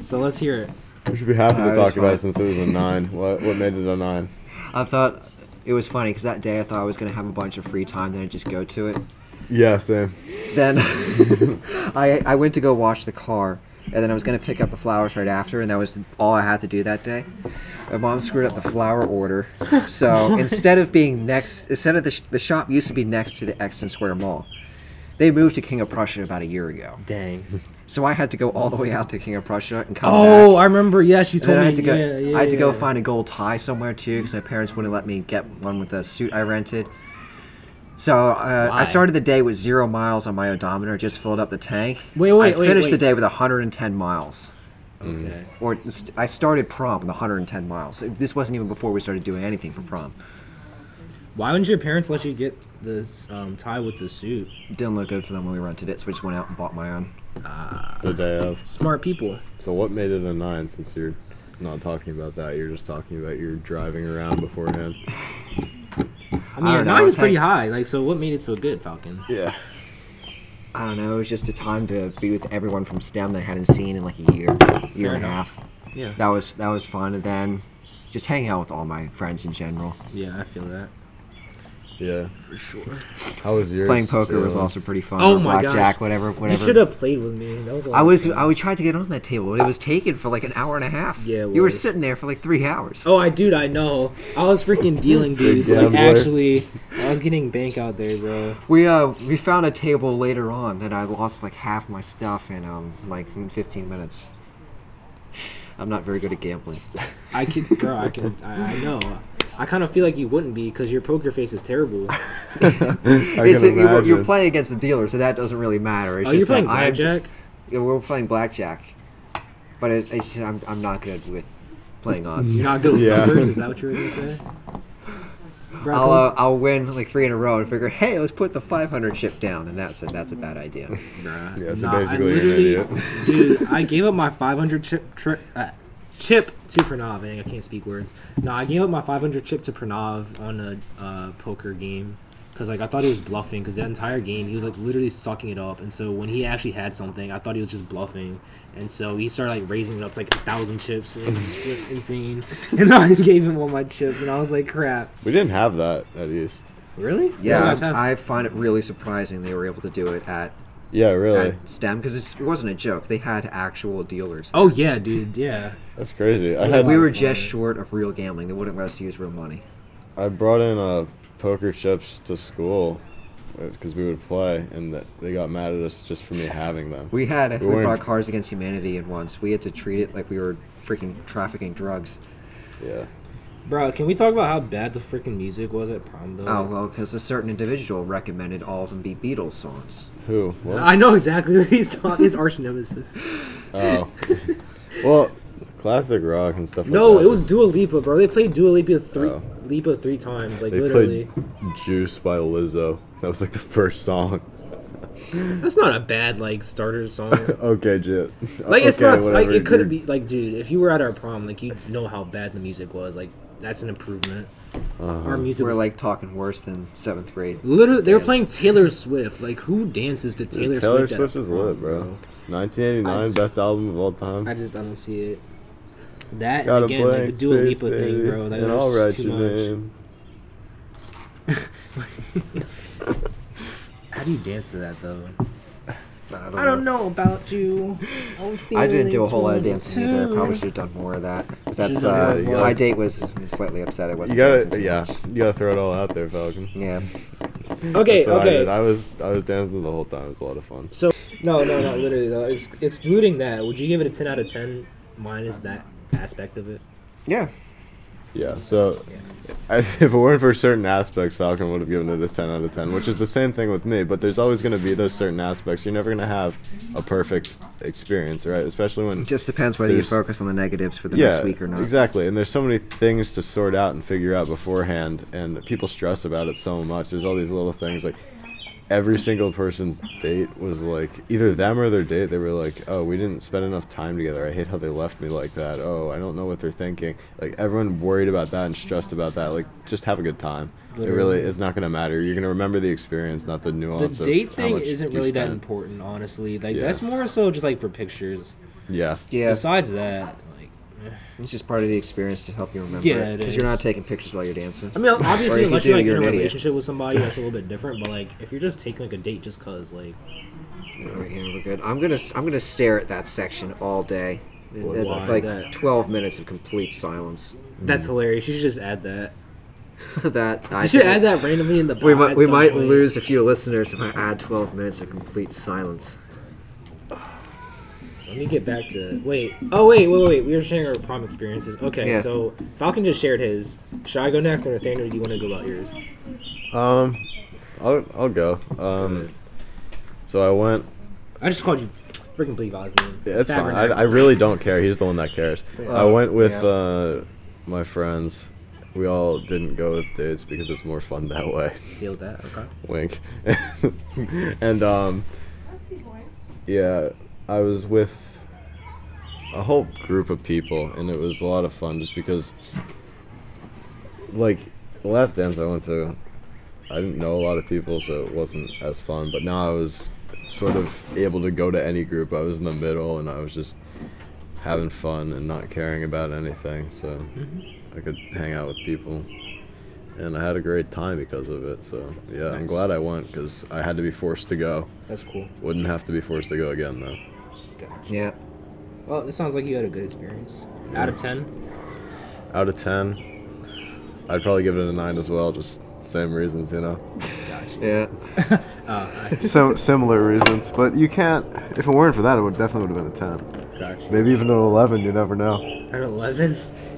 Speaker 1: So let's hear it.
Speaker 4: We should be happy
Speaker 3: Uh,
Speaker 4: to
Speaker 3: it was
Speaker 4: talk about
Speaker 3: fine.
Speaker 4: it since it was a 9. What, what made it a 9?
Speaker 3: I thought it was funny because that day I thought I was gonna have a bunch of free time, then I just go to it.
Speaker 4: Yeah, same.
Speaker 3: *laughs* Then I I went to go wash the car, and then I was gonna pick up the flowers right after, and that was all I had to do that day. My mom screwed up the flower order, so instead of being next, instead of the, sh- the shop used to be next to the Exton Square Mall, they moved to King of Prussia about a year ago.
Speaker 1: Dang.
Speaker 3: So I had to go all the way out to King of Prussia and come back.
Speaker 1: Oh, I remember. Yes, you
Speaker 3: And
Speaker 1: told
Speaker 3: then
Speaker 1: me.
Speaker 3: I had to go.
Speaker 1: yeah, yeah,
Speaker 3: I had to go
Speaker 1: yeah.
Speaker 3: find a gold tie somewhere too, because my parents wouldn't let me get one with the suit I rented. So uh,
Speaker 1: Why?
Speaker 3: I started the day with zero miles on my odometer. Just filled up the tank.
Speaker 1: Wait, wait,
Speaker 3: I
Speaker 1: wait,
Speaker 3: finished
Speaker 1: wait.
Speaker 3: the day with 110 miles,
Speaker 1: Okay.
Speaker 3: or st- I started prom with 110 miles. This wasn't even before we started doing anything for prom.
Speaker 1: Why wouldn't your parents let you get the um, tie with the suit?
Speaker 3: It didn't look good for them when we rented it, so we just went out and bought my own.
Speaker 4: The day of.
Speaker 1: Smart people.
Speaker 4: So what made it a nine? Since you're not talking about that, you're just talking about your driving around beforehand.
Speaker 1: I mean, your
Speaker 3: I don't know, I
Speaker 1: nine
Speaker 3: was
Speaker 1: is pretty
Speaker 3: hang-
Speaker 1: high. Like, so what made it so good, Falcon?
Speaker 4: Yeah.
Speaker 3: I don't know. It was just a time to be with everyone from STEM that I hadn't seen in like a year, year
Speaker 1: Fair
Speaker 3: and a
Speaker 1: enough.
Speaker 3: half.
Speaker 1: Yeah.
Speaker 3: That was that was fun, and then just hanging out with all my friends in general.
Speaker 1: Yeah, I feel that
Speaker 4: Yeah.
Speaker 1: for sure.
Speaker 4: How was yours?
Speaker 3: Playing poker was
Speaker 4: Jalen?
Speaker 3: also pretty fun.
Speaker 1: Oh
Speaker 3: or
Speaker 1: my gosh.
Speaker 3: blackjack, whatever,
Speaker 1: You
Speaker 3: whatever.
Speaker 1: should have played with me. That was. a lot
Speaker 3: I
Speaker 1: of
Speaker 3: was
Speaker 1: fun.
Speaker 3: I would try to get on that table, but it was taken for like an hour and a half.
Speaker 1: Yeah, it
Speaker 3: you were
Speaker 1: was.
Speaker 3: sitting there for like three hours.
Speaker 1: Oh, I dude, I know. I was freaking dealing dudes. Like
Speaker 4: gambler.
Speaker 1: actually, I was getting bank out there, bro.
Speaker 3: We uh we found a table later on, and I lost like half my stuff in um like in 15 minutes. I'm not very good at gambling.
Speaker 1: I can, bro. I can. I, I know. I kind of feel like you wouldn't be because your poker face is terrible.
Speaker 4: I
Speaker 3: It's-
Speaker 4: can
Speaker 3: you were- you're
Speaker 4: imagine.
Speaker 3: playing against the dealer, so that doesn't really matter. It's
Speaker 1: oh, you're
Speaker 3: just
Speaker 1: playing
Speaker 3: that I'm-
Speaker 1: blackjack.
Speaker 3: Yeah, we're playing blackjack, but it, it's just, I'm I'm not good with playing odds.
Speaker 1: You're not good with
Speaker 4: Yeah.
Speaker 1: numbers. Is that what you were gonna say? Bro,
Speaker 3: I'll uh, I'll win like three in a row and figure, hey, let's put the 500 chip down, and that's a, that's a bad
Speaker 4: *laughs*
Speaker 3: idea.
Speaker 1: Bruh.
Speaker 4: Yeah, so
Speaker 1: Nah, I
Speaker 4: basically you're an
Speaker 1: literally-
Speaker 4: idiot. *laughs*
Speaker 1: Dude, I gave up my 500 chip tri- uh, chip to Pranav. Dang, I can't speak words. No, I gave up my 500 chip to Pranav on a uh, poker game because like I thought he was bluffing because the entire game he was like literally sucking it up. And so when he actually had something, I thought he was just bluffing. And so he started like raising it up to like a thousand chips. And it was just insane. And I *laughs* gave him all my chips, and I was like, crap.
Speaker 4: We didn't have that at least.
Speaker 1: Really?
Speaker 3: Yeah,
Speaker 1: you guys have-
Speaker 3: I find it really surprising they were able to do it at,
Speaker 4: Yeah, really.
Speaker 3: at STEM because it wasn't a joke. They had actual dealers.
Speaker 1: Oh yeah, dude. Yeah.
Speaker 4: That's crazy. I
Speaker 3: Like,
Speaker 4: had
Speaker 3: we were just short of real gambling. They wouldn't let us use real money.
Speaker 4: I brought in uh, poker chips to school because we would play, and th- they got mad at us just for me having them.
Speaker 3: We had
Speaker 4: We
Speaker 3: we,
Speaker 4: weren't-
Speaker 3: brought Cards Against Humanity in once. We had to treat it like we were freaking trafficking drugs.
Speaker 4: yeah.
Speaker 1: Bro, can we talk about how bad the freaking music was at prom though?
Speaker 3: Oh well, because a certain individual recommended all of them be Beatles songs.
Speaker 4: Who? What?
Speaker 1: I know exactly what he's
Speaker 4: *laughs*
Speaker 1: talking. His arch nemesis.
Speaker 4: Oh.
Speaker 1: *laughs*
Speaker 4: well, classic rock and stuff.
Speaker 1: No,
Speaker 4: like that
Speaker 1: it was Dua Lipa, bro. They played Dua Lipa three,
Speaker 4: Oh.
Speaker 1: Lipa three times, like
Speaker 4: They
Speaker 1: literally.
Speaker 4: played "Juice" by Lizzo. That was like the first song. *laughs*
Speaker 1: That's not a bad like starter song.
Speaker 4: okay, Jit.
Speaker 1: Like it's
Speaker 4: Okay,
Speaker 1: not like
Speaker 4: whatever,
Speaker 1: it couldn't be
Speaker 4: dude.
Speaker 1: like, dude. If you were at our prom, like you know how bad the music was. Like that's an improvement.
Speaker 4: Uh-huh.
Speaker 1: Our music
Speaker 3: We're
Speaker 1: was like
Speaker 3: like talking worse than seventh grade.
Speaker 1: literally they were
Speaker 3: dance.
Speaker 1: playing Taylor Swift. Like who dances to Taylor,
Speaker 4: Dude, Taylor,
Speaker 1: Swift? at
Speaker 4: Swift
Speaker 1: a
Speaker 4: is
Speaker 1: prom,
Speaker 4: lit, bro. 1989,
Speaker 1: I just-
Speaker 4: best album of all time.
Speaker 1: I just I don't see it. That and
Speaker 4: Got a
Speaker 1: again, like the
Speaker 4: blank
Speaker 1: Dua
Speaker 4: space,
Speaker 1: Lipa thing,
Speaker 4: baby,
Speaker 1: bro. That
Speaker 4: and
Speaker 1: was
Speaker 4: I'll
Speaker 1: just
Speaker 4: write
Speaker 1: too
Speaker 4: your
Speaker 1: much.
Speaker 4: name.
Speaker 1: How do you dance to that though?
Speaker 3: I don't,
Speaker 1: know about you.
Speaker 3: I didn't do a whole lot of dancing either. I probably should have done more of that. 'Cause That's
Speaker 1: Should've done
Speaker 3: uh,
Speaker 4: more. Yeah, you
Speaker 3: my
Speaker 4: gotta-
Speaker 3: date was slightly upset. I
Speaker 4: You
Speaker 3: wasn't. dancing
Speaker 4: gotta,
Speaker 3: too
Speaker 4: yeah,
Speaker 3: much.
Speaker 4: you gotta throw it all out there, Falcon.
Speaker 3: Yeah.
Speaker 1: *laughs* Okay,
Speaker 4: That's what I did.
Speaker 1: okay.
Speaker 4: I was, I was dancing the whole time. It was a lot of fun.
Speaker 1: So no, no, no. Literally though, ex- excluding that, would you give it a ten out of ten minus that aspect of it?
Speaker 3: Yeah.
Speaker 4: Yeah. So, I, *laughs* if it weren't for certain aspects, Falcon would have given it a 10 out of 10, which is the same thing with me. But there's always gonna be those certain aspects. You're never gonna have a perfect experience, right? Especially when
Speaker 3: Just depends whether
Speaker 4: There's-
Speaker 3: you focus on the negatives for the
Speaker 4: yeah,
Speaker 3: next week or not.
Speaker 4: Exactly. And there's so many things to sort out and figure out beforehand, and people stress about it so much. There's all these little things like every single person's date was like either them or their date they were like oh we didn't spend enough time together i hate how they left me like that oh i don't know what they're thinking like everyone worried about that and stressed about that like just have a good time it really
Speaker 1: Literally.
Speaker 4: is not going to matter you're going to remember the experience not the
Speaker 1: The
Speaker 4: nuance
Speaker 1: date
Speaker 4: of how
Speaker 1: thing
Speaker 4: much
Speaker 1: isn't
Speaker 4: you
Speaker 1: really that
Speaker 4: spend.
Speaker 1: important, honestly. Like
Speaker 4: Yeah.
Speaker 1: that's more so just like for pictures.
Speaker 4: yeah
Speaker 3: Yeah.
Speaker 1: Besides that, like
Speaker 3: It's just part of the experience to help you remember.
Speaker 1: Yeah, it
Speaker 3: Because you're
Speaker 1: is.
Speaker 3: not taking pictures while you're dancing.
Speaker 1: I mean,
Speaker 3: Or if
Speaker 1: obviously,
Speaker 3: you
Speaker 1: unless
Speaker 3: do,
Speaker 1: you're like
Speaker 3: you're
Speaker 1: in a
Speaker 3: an idiot.
Speaker 1: relationship with somebody, that's a little bit different. But like, if you're just taking like a date just cause, like,
Speaker 3: All right, yeah, we're good. I'm gonna I'm gonna stare at that section all day.
Speaker 4: Why?
Speaker 3: That's
Speaker 1: Why
Speaker 3: like
Speaker 1: that?
Speaker 3: 12 minutes of complete silence.
Speaker 1: That's hilarious. You should just add that.
Speaker 3: that Mm. I
Speaker 1: You should
Speaker 3: think-
Speaker 1: add that randomly in the.
Speaker 3: We
Speaker 1: pod
Speaker 3: might we
Speaker 1: some
Speaker 3: might
Speaker 1: point.
Speaker 3: lose a few listeners if I add 12 minutes of complete silence.
Speaker 1: Let me get back to wait. Oh wait, wait, wait. We were sharing our prom experiences. Okay,
Speaker 3: Yeah.
Speaker 1: so Falcon just shared his. Should I go next, or Nathaniel? Do you want to go about yours?
Speaker 4: Um, I'll I'll go. Um, so I went.
Speaker 1: I just called you freaking Bleep Osman.
Speaker 4: Yeah, that's fine. I, I really don't care. He's the one that cares. I went with
Speaker 3: yeah.
Speaker 4: uh, my friends. We all didn't go with dates because it's more fun that way.
Speaker 1: feel that. Okay.
Speaker 4: Wink. *laughs* and um, yeah, I was with a whole group of people, and it was a lot of fun just because, like, the last dance I went to, I didn't know a lot of people, so it wasn't as fun. But now I was sort of able to go to any group. I was in the middle, and I was just having fun and not caring about anything, so I could hang out with people. And I had a great time because of it. So yeah, I'm glad I went because I had to be forced to go.
Speaker 1: That's cool.
Speaker 4: Wouldn't have to be forced to go again though.
Speaker 3: Yeah.
Speaker 1: Well, it sounds like you had a good experience. Out of ten.
Speaker 4: Out of ten, I'd probably give it a nine as well. Just same reasons, you *laughs* know.
Speaker 3: Yeah.
Speaker 4: So similar reasons, but you can't. If it weren't for that, it would definitely would have been a ten.
Speaker 1: Gotcha.
Speaker 4: Maybe even an eleven. You never know.
Speaker 1: At eleven.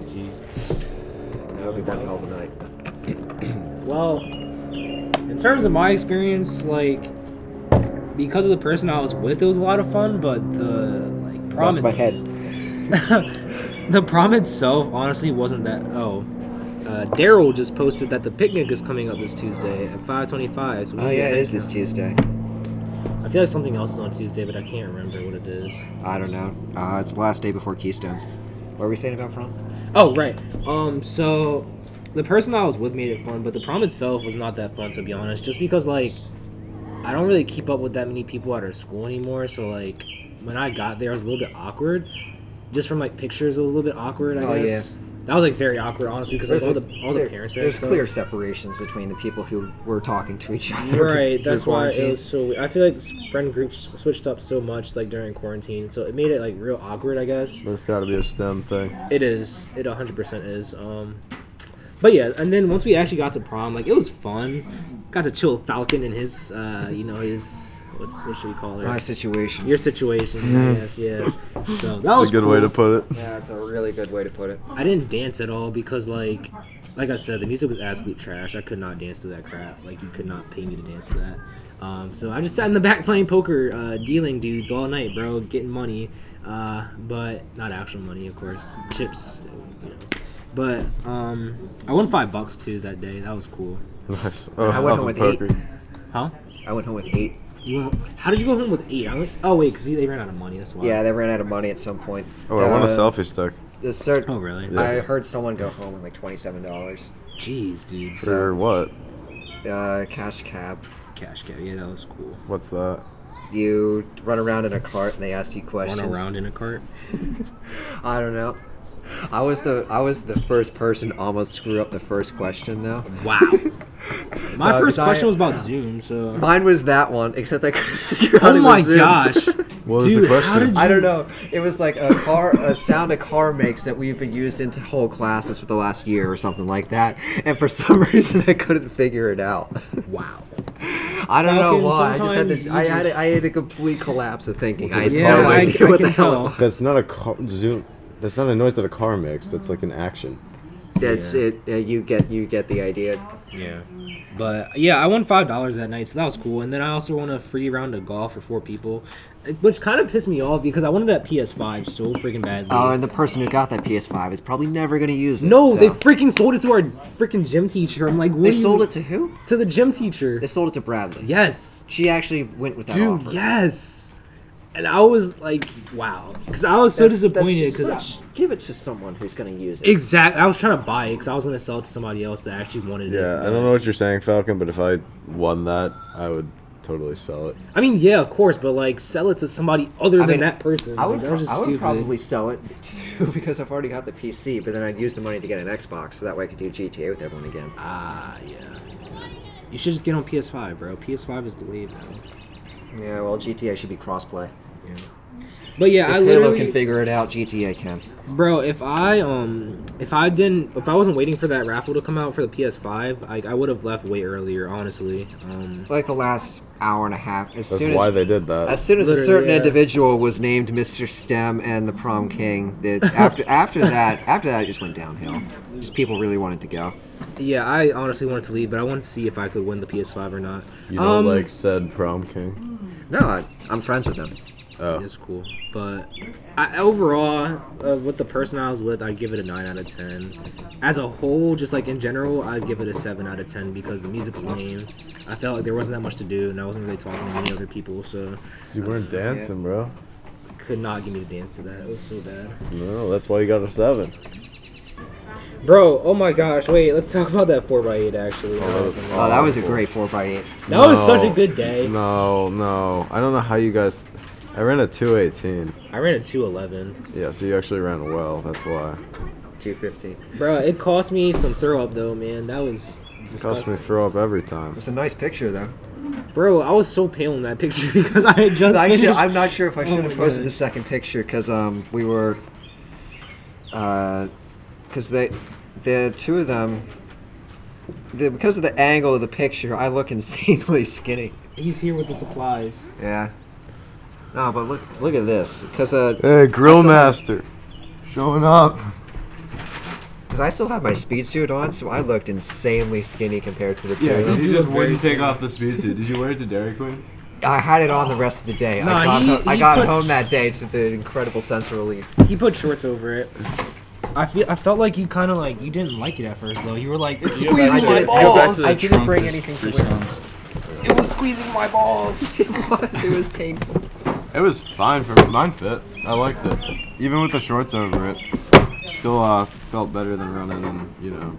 Speaker 1: Jeez.
Speaker 3: That would be one hell of a night.
Speaker 1: Well, in terms of my experience, like because of the person I was with, it was a lot of fun. But the like prom
Speaker 3: to my
Speaker 1: its- *laughs* the prom itself, honestly, wasn't that. Oh, uh, Daryl just posted that the picnic is coming up this Tuesday at five twenty-five. So we
Speaker 3: Oh
Speaker 1: can
Speaker 3: yeah,
Speaker 1: get
Speaker 3: it
Speaker 1: that
Speaker 3: is this
Speaker 1: now.
Speaker 3: Tuesday.
Speaker 1: I feel like something else is on Tuesday, but I can't remember what it is.
Speaker 3: I don't know. Uh, it's the last day before Keystones. What are we saying about prom?
Speaker 1: Oh right. Um. So, the person that was with made it fun, but the prom itself was not that fun to be honest. Just because like, I don't really keep up with that many people at our school anymore. So like, when I got there, it was a little bit awkward. Just from like pictures, it was a little bit awkward. I
Speaker 3: Oh,
Speaker 1: guess. That was like very awkward, honestly, because like, all the all the parents. there and
Speaker 3: there's
Speaker 1: stuff.
Speaker 3: clear separations between the people who were talking to each other.
Speaker 1: Right,
Speaker 3: *laughs* through
Speaker 1: that's why
Speaker 3: quarantine.
Speaker 1: it was so. Weird. I feel like this friend group s- switched up so much like during quarantine, so it made it like real awkward. I guess.
Speaker 4: That's got to be a STEM thing.
Speaker 1: It is. It 100% is. Um, but yeah, and then once we actually got to prom, like it was fun. Got to chill with Falcon and his, uh, you know, his what's what should we call her?
Speaker 3: my situation.
Speaker 1: Your situation. yes, yes. So that was
Speaker 4: That's a good way to put
Speaker 3: *laughs*
Speaker 4: it.
Speaker 3: yeah, that's a really good way to put it.
Speaker 1: I didn't dance at all because like, like I said, the music was absolute trash. I could not dance to that crap. Like you could not pay me to dance to that. Um, so I just sat in the back *laughs* playing poker, uh, dealing dudes all night, bro, getting money. Uh, but not actual money, of course. Chips, you know. But um, I won five bucks too that day. That was cool.
Speaker 4: Nice. *laughs* Oh,
Speaker 3: I went home with eight.
Speaker 1: Huh?
Speaker 3: I went home with eight.
Speaker 1: You won, How did you go home with eight? I went, oh wait, because they ran out of money. That's why.
Speaker 3: Yeah, they ran out of money at some point.
Speaker 4: Oh,
Speaker 3: Uh,
Speaker 4: selfie stick.
Speaker 3: The cert-
Speaker 1: Oh really?
Speaker 3: I heard someone go home with like twenty-seven dollars.
Speaker 1: Jeez, dude.
Speaker 4: Or what?
Speaker 3: Uh, cash cab.
Speaker 1: Cash cow. Yeah, that was cool.
Speaker 4: What's that?
Speaker 3: You run around in a cart and they ask you questions.
Speaker 1: Run around in a cart.
Speaker 3: I don't know. I was the I was the first person to almost screw up the first question though.
Speaker 1: Wow. My
Speaker 3: No,
Speaker 1: first
Speaker 3: 'cause I-
Speaker 1: question was about Zoom,
Speaker 3: *laughs*
Speaker 1: so.
Speaker 3: Mine was that one, except I couldn't *laughs* figure out
Speaker 1: Oh
Speaker 3: it was
Speaker 1: my
Speaker 3: Zoom.
Speaker 1: gosh.
Speaker 4: What was
Speaker 1: Dude,
Speaker 4: the
Speaker 1: how
Speaker 4: question?
Speaker 1: did
Speaker 3: *laughs* I don't know. It was like a car, a sound a car makes that we've been used into whole classes for the last year or something like that. And for *laughs* some reason, I couldn't figure it out. *laughs*
Speaker 1: Wow.
Speaker 3: I don't know
Speaker 1: Falcon,
Speaker 3: why. I just had
Speaker 1: sometimes
Speaker 3: this.
Speaker 1: you
Speaker 3: I had.
Speaker 1: just-
Speaker 3: A, I had a complete collapse of thinking. I had
Speaker 1: Yeah,
Speaker 3: no
Speaker 1: I, I
Speaker 3: idea what the
Speaker 1: can
Speaker 3: hell. it was.
Speaker 1: tell.
Speaker 4: That's not a car. Zoom. That's not a noise that a car makes. That's like an action.
Speaker 3: That's
Speaker 1: Yeah.
Speaker 3: it. Uh, you get. You get the idea.
Speaker 1: Yeah. But yeah, I won five dollars that night, so that was cool. And then I also won a free round of golf for four people, which kind of pissed me off because I wanted that PS5 so freaking badly.
Speaker 3: Oh, and the person who got that PS5 is probably never going to use it.
Speaker 1: no,
Speaker 3: so.
Speaker 1: they freaking sold it to our freaking gym teacher. I'm like, what
Speaker 3: They
Speaker 1: are you-
Speaker 3: sold it to who?
Speaker 1: to the gym teacher.
Speaker 3: They sold it to Bradley.
Speaker 1: Yes.
Speaker 3: She actually went with that
Speaker 1: Dude,
Speaker 3: offer.
Speaker 1: yes. And I was like, wow, because I was so
Speaker 3: That's- that's
Speaker 1: disappointed
Speaker 3: just
Speaker 1: because.
Speaker 3: such- give it to someone who's going to use it.
Speaker 1: Exactly. I was trying to buy it because I was going to sell it to somebody else that actually wanted it.
Speaker 4: Yeah, I don't know what you're saying, Falcon, but if I won that, I would totally sell it.
Speaker 1: I mean, yeah, of course, but like, sell it to somebody other than
Speaker 3: mean,
Speaker 1: that person.
Speaker 3: I would,
Speaker 1: Like, that was
Speaker 3: pro-
Speaker 1: just
Speaker 3: I would
Speaker 1: stupid.
Speaker 3: probably sell it *laughs* too because I've already got the PC, but then I'd use the money to get an Xbox, so that way I could do GTA with everyone again.
Speaker 1: Ah, yeah. You should just get on PS5, bro. PS5 is the wave now.
Speaker 3: Yeah, well, GTA should be crossplay.
Speaker 1: But yeah,
Speaker 3: If
Speaker 1: I
Speaker 3: Halo
Speaker 1: literally
Speaker 3: can figure it out, GTA can.
Speaker 1: Bro, if I um if I didn't if I wasn't waiting for that raffle to come out for the PS5, I, I would have left way earlier, honestly. Um
Speaker 3: Like the last hour and a half, as
Speaker 4: That's
Speaker 3: soon
Speaker 4: why
Speaker 3: as
Speaker 4: they did that.
Speaker 3: as soon as a
Speaker 1: Literally,
Speaker 3: certain
Speaker 1: yeah.
Speaker 3: individual was named Mr. Stem and the Prom King, that *laughs* after after that after that it just went downhill. Just people really wanted to go.
Speaker 1: yeah, I honestly wanted to leave, but I wanted to see if I could win the PS5 or not.
Speaker 4: you know,
Speaker 1: um,
Speaker 4: like said prom king.
Speaker 3: No, I, I'm friends with them.
Speaker 4: Oh,
Speaker 1: It's cool, but I, overall, uh, with the person I was with, I give it a nine out of ten. As a whole, just like in general, I give it a seven out of ten because the music was lame. I felt like there wasn't that much to do, and I wasn't really talking to any other people, so
Speaker 4: you weren't dancing, bro.
Speaker 1: could not give me the dance to that. It was so bad.
Speaker 4: No, that's why you got a seven.
Speaker 1: Bro, oh my gosh, wait, let's talk about that 4x8 actually.
Speaker 4: Oh, that was an
Speaker 3: Oh, that was a
Speaker 4: awful-
Speaker 3: great four by eight.
Speaker 1: That was such a good day.
Speaker 4: No, no, I don't know how you guys. I ran a two eighteen.
Speaker 1: I ran a 211.
Speaker 4: Yeah, so you actually ran well. That's why.
Speaker 3: 250. It
Speaker 1: Bro, it cost me some throw up though, man. That was
Speaker 4: Cost me
Speaker 1: disgusting.
Speaker 4: throw up every time.
Speaker 3: was a nice picture, *laughs* though.
Speaker 1: Bro, I was so pale in that picture *laughs* because I had just
Speaker 3: I should,
Speaker 1: finished.
Speaker 3: I'm not sure if I
Speaker 1: Oh
Speaker 3: should
Speaker 1: my
Speaker 3: have posted
Speaker 1: God.
Speaker 3: the second picture because um, we were, because they, the two of them, the, because of the angle of the picture, I look insanely *laughs* skinny.
Speaker 1: He's here with the supplies.
Speaker 3: Yeah. No, but look, look at this, because uh,
Speaker 4: Hey,
Speaker 3: I
Speaker 4: grill
Speaker 3: saw-
Speaker 4: master, showing up.
Speaker 3: 'cause I still have my speed suit on, so I looked insanely skinny compared to the two of
Speaker 4: Yeah,
Speaker 3: them.
Speaker 4: you just wouldn't take off the speed suit. Did you wear it to Dairy Queen?
Speaker 3: I had it on the rest of the day.
Speaker 1: No,
Speaker 3: I got,
Speaker 1: he-
Speaker 3: ho- I
Speaker 1: he
Speaker 3: got
Speaker 1: put-
Speaker 3: home that day to the incredible sense of relief.
Speaker 1: He put shorts over it. I feel I felt like you kind of like you didn't like it at first though. You were like, it's
Speaker 2: You go back
Speaker 3: I
Speaker 2: to-
Speaker 1: squeezing my
Speaker 3: did-
Speaker 2: you go back to
Speaker 1: balls.
Speaker 2: the
Speaker 3: I didn't
Speaker 2: Trump
Speaker 3: bring
Speaker 2: res-
Speaker 3: anything to wear.
Speaker 2: response.
Speaker 3: It was squeezing my balls. *laughs* it was. It was painful.
Speaker 4: It was fine for me. Mine fit. I liked it. Even with the shorts over it, still uh, felt better than running and, you know.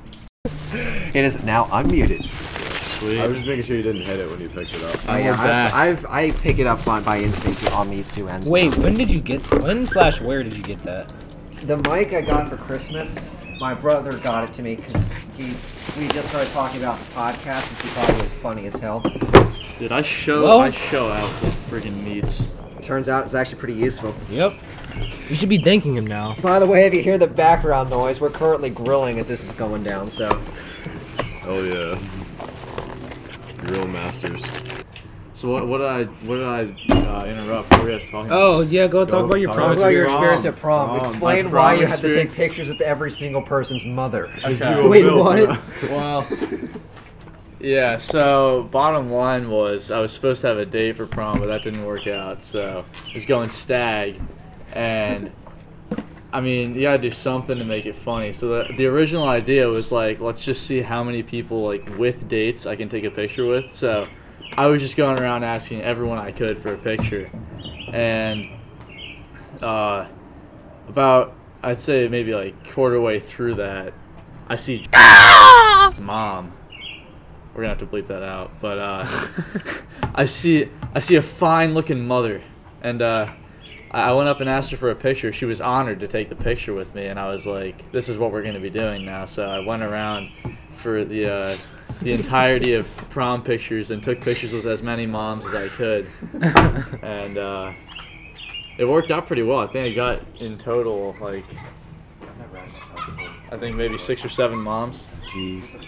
Speaker 3: It is now unmuted.
Speaker 2: Sweet.
Speaker 4: I was just making sure you didn't hit it when you picked it up.
Speaker 3: I,
Speaker 2: we're back.
Speaker 3: I've, i pick it up on, by instinct on these two ends.
Speaker 1: Wait, when did you get when slash where did you get that?
Speaker 3: The mic I got for Christmas, my brother got it to me because he we just started talking about the podcast and he thought it was funny as hell.
Speaker 2: Dude, I show
Speaker 1: Well-
Speaker 2: I show out for friggin' meats.
Speaker 3: Turns out it's actually pretty useful.
Speaker 1: Yep. You should be thanking him now.
Speaker 3: By the way, if you hear the background noise, we're currently grilling as this is going down. So
Speaker 4: Oh, yeah. Grill masters.
Speaker 2: So what, what did I what did I uh, interrupt? What were you guys talking? about?
Speaker 1: Oh yeah, go talk about your
Speaker 4: talk
Speaker 1: prom
Speaker 4: about
Speaker 3: about your
Speaker 1: experience.
Speaker 3: experience
Speaker 4: Prom.
Speaker 3: at prom.
Speaker 4: Prom.
Speaker 3: Explain
Speaker 2: My
Speaker 3: why
Speaker 2: prom
Speaker 3: you had to take
Speaker 2: experience.
Speaker 3: pictures with every single person's mother.
Speaker 2: Okay.
Speaker 1: Wait,
Speaker 4: *laughs*
Speaker 1: what?
Speaker 2: Well, yeah. So bottom line was I was supposed to have a day for prom, but that didn't work out. So I was going stag, and I mean you gotta do something to make it funny. So the, the original idea was like let's just see how many people like with dates I can take a picture with. So I was just going around asking everyone I could for a picture, and uh, about I'd say maybe like quarter way through that, I see mom. We're gonna have to bleep that out, but uh, I see I see a fine looking mother, and uh, I I went up and asked her for a picture. She was honored to take the picture with me, and I was like, "This is what we're gonna be doing now." So I went around for the uh, the entirety of prom pictures and took pictures with as many moms as I could, and uh, it worked out pretty well. I think I got in total like I think maybe six or seven moms.
Speaker 4: Jeez.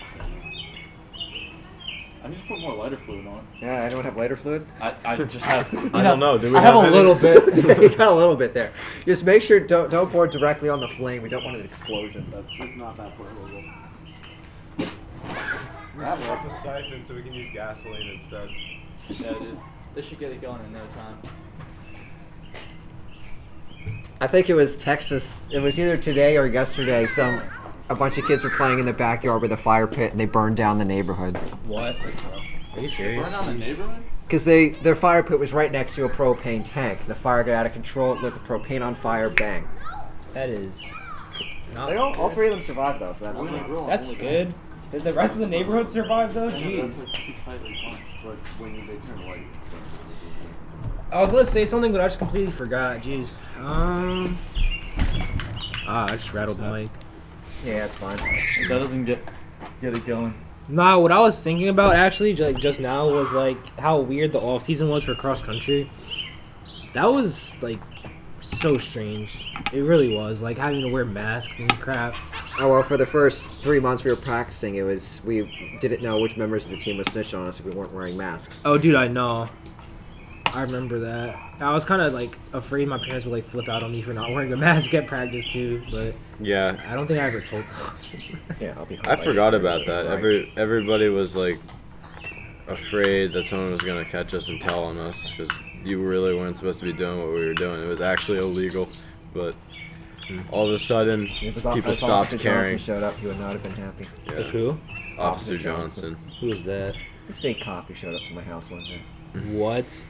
Speaker 2: I need to put more lighter fluid on.
Speaker 3: Yeah, anyone have lighter fluid?
Speaker 2: I, I just have. *laughs*
Speaker 4: I don't know. Do we
Speaker 3: I have a
Speaker 4: any?
Speaker 3: little bit. *laughs* you got a little bit there. Just make sure don't don't pour directly on the flame. We don't want an explosion. That's, that's not that flammable.
Speaker 4: That works. a siphon so we can use gasoline instead.
Speaker 2: Yeah, dude. This should get it going in no time.
Speaker 3: I think it was Texas. It was either today or yesterday. Some a bunch of kids were playing in the backyard with a fire pit and they burned down the neighborhood
Speaker 1: What? Are you serious?
Speaker 2: on the neighborhood?
Speaker 3: because they their fire pit was right next to a propane tank. The fire got out of control. It lit the propane on fire. Bang.
Speaker 1: That is not
Speaker 3: They all, all three of them survived though. So that's
Speaker 1: That's good. Did the rest of the neighborhood survive though? Jeez.
Speaker 4: But when they turn white.
Speaker 1: I was gonna say something, but I just completely forgot. Jeez. Um. Ah, I just rattled the mic.
Speaker 3: yeah, that's fine.
Speaker 2: That doesn't get get it going.
Speaker 1: Nah, what I was thinking about actually ju- like just now was like how weird the off season was for cross country. That was like so strange. It really was like having to wear masks and crap.
Speaker 3: Oh well, for the first three months we were practicing, it was we didn't know which members of the team was snitched on us if we weren't wearing masks.
Speaker 1: Oh, dude, I know. I remember that. I was kind of like afraid my parents would like flip out on me for not wearing a mask at practice too, but
Speaker 4: Yeah,
Speaker 1: I don't think I ever told them.
Speaker 3: Yeah, I'll be.
Speaker 4: Oh. I forgot about that. Every everybody was like afraid that someone was gonna catch us and tell on us because you really weren't supposed to be doing what we were doing. It was actually illegal, but all of a sudden people stopped caring.
Speaker 3: showed up, you would not have been happy.
Speaker 4: Yeah.
Speaker 1: who?
Speaker 4: Officer
Speaker 3: Officer
Speaker 4: Johnson.
Speaker 1: Who was that?
Speaker 3: The state cop who showed up to my house one day.
Speaker 4: Oh,
Speaker 1: What?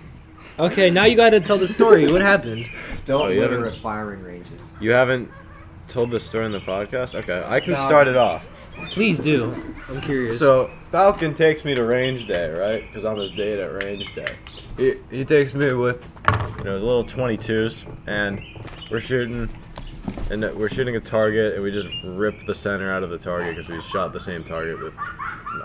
Speaker 1: Okay, now you got to tell the story. What happened?
Speaker 3: Don't
Speaker 4: Oh, you
Speaker 3: litter
Speaker 4: haven't-
Speaker 3: at firing ranges.
Speaker 4: You haven't told this story in the podcast. Okay, I can
Speaker 3: No,
Speaker 4: start
Speaker 3: I'm-
Speaker 4: it off.
Speaker 1: Please do. I'm curious.
Speaker 4: So Falcon takes me to range day, right? Because I'm his date at range day. He, he takes me with, you know, his little 22s, and we're shooting, and we're shooting a target, and we just rip the center out of the target because we shot the same target with,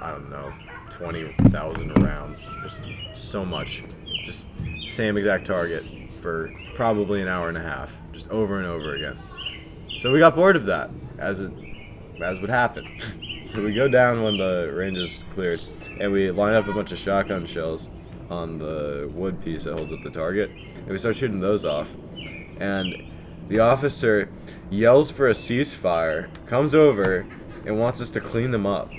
Speaker 4: I don't know, 20,000 rounds, just so much, just same exact target for probably an hour and a half, just over and over again. So we got bored of that, as it as would happen. *laughs* so we go down when the range is cleared, and we line up a bunch of shotgun shells on the wood piece that holds up the target, and we start shooting those off. And the officer yells for a ceasefire, comes over, and wants us to clean them up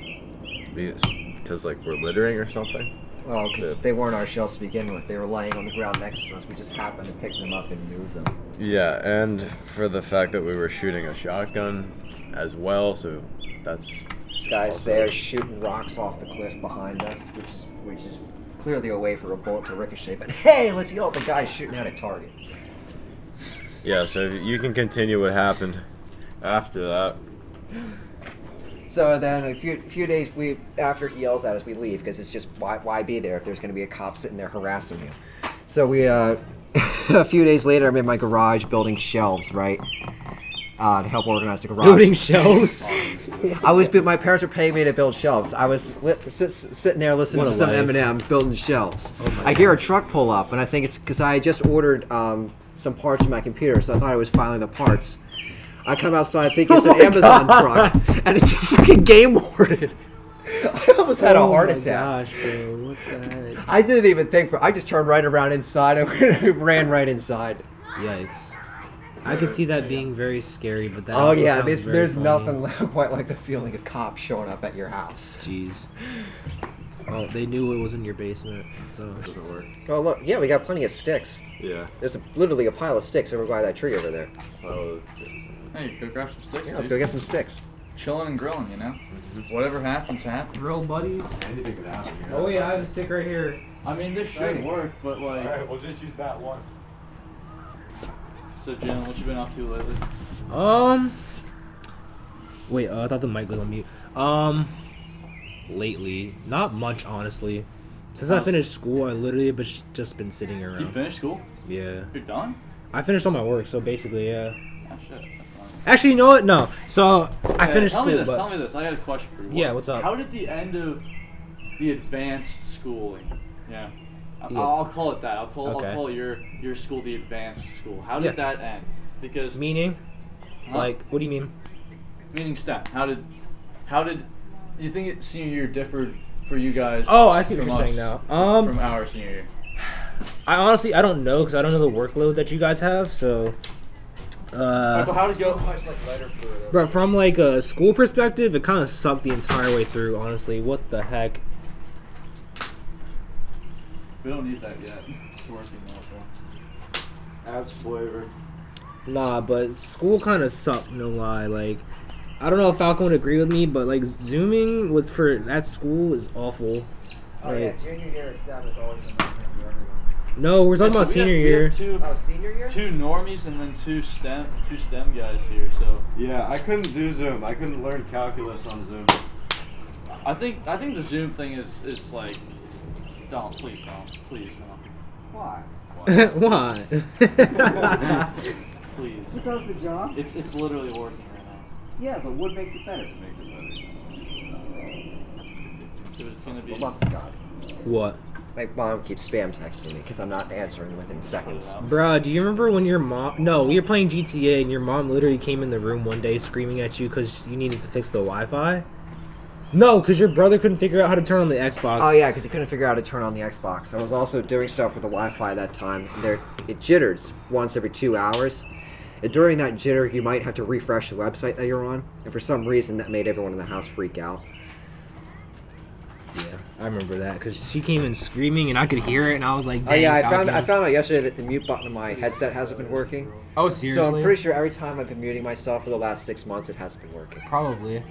Speaker 4: because like we're littering or something.
Speaker 3: Well, because
Speaker 4: Yeah.
Speaker 3: they weren't our shells to begin with. They were lying on the ground next to us. We just happened to pick them up and move them.
Speaker 4: Yeah, and for the fact that we were shooting a shotgun as well, so that's
Speaker 3: This guy's
Speaker 4: Also-
Speaker 3: there shooting rocks off the cliff behind us, which is which is clearly a way for a bullet to ricochet. But hey, let's yell at the guy shooting at a target.
Speaker 4: yeah. So you can continue what happened after that.
Speaker 3: So then a few few days we after he yells at us, we leave because it's just why why be there if there's going to be a cop sitting there harassing you. So we uh, *laughs* a few days later, I'm in my garage building shelves, right? Uh, to help organize the garage.
Speaker 1: Building shelves.
Speaker 3: I was my parents were paying me to build shelves. I was li- sit, sitting there listening
Speaker 1: What
Speaker 3: to
Speaker 1: a
Speaker 3: some
Speaker 1: life. Oh
Speaker 3: Eminem building shelves.
Speaker 1: my
Speaker 3: I hear a truck pull up, and I think it's because I had just ordered um, some parts for my computer, so I thought I was filing the parts. I come outside, *laughs* I think it's an Amazon truck, and it's a fucking game warden. *laughs* I almost had a heart attack.
Speaker 1: Oh gosh, bro. What the heck?
Speaker 3: Oh I didn't even think for. I just turned right around inside and *laughs* ran right inside.
Speaker 1: Yikes. I could see that being very scary, but that.
Speaker 3: Oh
Speaker 1: also
Speaker 3: yeah,
Speaker 1: sounds
Speaker 3: this,
Speaker 1: very
Speaker 3: there's
Speaker 1: funny.
Speaker 3: nothing *laughs* quite like the feeling of cops showing up at your house.
Speaker 1: Jeez. Oh, they knew it was in your basement, so.
Speaker 3: Oh look, yeah, we got plenty of sticks.
Speaker 4: Yeah.
Speaker 3: There's a, literally a pile of sticks over by that tree over there.
Speaker 2: Hey, go grab some sticks.
Speaker 3: Yeah, let's go Mm-hmm.
Speaker 2: dude.
Speaker 3: get some sticks.
Speaker 2: Chilling and grilling, you know. Whatever happens, happens.
Speaker 1: Real buddy.
Speaker 4: Anything could happen.
Speaker 1: Oh yeah, I have a stick right here.
Speaker 2: I mean, this should
Speaker 3: Exciting.
Speaker 2: work, but like.
Speaker 4: we'll just use that one.
Speaker 2: So, Jim, what you been up to lately?
Speaker 1: Um. Wait, uh, I thought the mic was on mute. Um. Lately, not much, honestly. Since I finished school, I literally have been- just been sitting
Speaker 2: You
Speaker 1: around.
Speaker 2: finished school?
Speaker 1: Yeah.
Speaker 2: You're done?
Speaker 1: I finished all my work, so basically, yeah.
Speaker 2: Ah, shit. That's not.
Speaker 1: Actually, you know what? No. So I
Speaker 2: Hey,
Speaker 1: finished
Speaker 2: tell
Speaker 1: school,
Speaker 2: me this.
Speaker 1: but
Speaker 2: Tell me this. I got a question for you.
Speaker 1: Yeah, what's up?
Speaker 2: How did the end of the advanced schooling? Yeah. I-
Speaker 1: Yeah.
Speaker 2: I'll call it that. I'll call.
Speaker 1: Okay.
Speaker 2: I'll call your your school the advanced school. How did
Speaker 1: Yeah.
Speaker 2: that end? Because
Speaker 1: meaning,
Speaker 2: huh?
Speaker 1: like, what do you mean?
Speaker 2: meaning STEM. How did how did you think it senior year differed for you guys?
Speaker 1: Oh, I see what
Speaker 2: from
Speaker 1: you're saying
Speaker 2: us,
Speaker 1: now. Um,
Speaker 2: from our senior year.
Speaker 1: I honestly I don't know because I don't know the workload that you guys have. So, uh,
Speaker 2: Michael, how did go?
Speaker 1: But from like a school perspective, it kind of sucked the entire way through. Honestly, what the heck?
Speaker 2: We don't need that yet. It's working well, so.
Speaker 4: Adds flavor.
Speaker 1: Nah, but school kind of sucked. No lie. Like, I don't know if Falcon would agree with me, but like zooming was for that school is awful.
Speaker 3: Oh yeah,
Speaker 1: Right.
Speaker 3: junior year at STEM is always a nightmare for everyone.
Speaker 1: No, we're talking
Speaker 2: Yeah, so
Speaker 1: about
Speaker 2: we have-
Speaker 1: senior
Speaker 2: we
Speaker 1: year.
Speaker 2: have two-
Speaker 3: Oh, senior year?
Speaker 2: two normies and then two STEM two STEM guys here. So
Speaker 4: Yeah, I couldn't do Zoom. I couldn't learn calculus on Zoom.
Speaker 2: I think I think the Zoom thing is is like, don't please don't please don't
Speaker 3: Why?
Speaker 2: Why?
Speaker 1: Why?
Speaker 2: please.
Speaker 3: It does the job.
Speaker 2: It's it's literally working right now.
Speaker 3: Yeah, but wood makes it better.
Speaker 2: It makes it better. Dude, it's gonna be.
Speaker 3: Oh my god.
Speaker 1: *laughs*
Speaker 2: *laughs*
Speaker 1: What? *laughs*
Speaker 3: My mom keeps spam texting me because I'm not answering within seconds.
Speaker 1: Bruh, do you remember when your mom? No, we were playing GTA and your mom literally came in the room one day screaming at you because you needed to fix the Wi-Fi. No, because your brother couldn't figure out how to turn on the Xbox.
Speaker 3: Oh yeah, because he couldn't figure out how to turn on the Xbox. I was also doing stuff with the Wi-Fi that time. There, it jitters once every two hours. And during that jitter, you might have to refresh the website that you're on. And for some reason, that made everyone in the house freak out.
Speaker 1: Yeah, I remember that because she came in screaming and I could hear it and I was like,
Speaker 3: Oh yeah, I
Speaker 1: "Dang,
Speaker 3: found I
Speaker 1: Falcon."
Speaker 3: found out yesterday that the mute button on my headset hasn't been working.
Speaker 1: Oh seriously?
Speaker 3: So I'm pretty sure every time I've been muting myself for the last six months, it hasn't been working.
Speaker 1: Probably.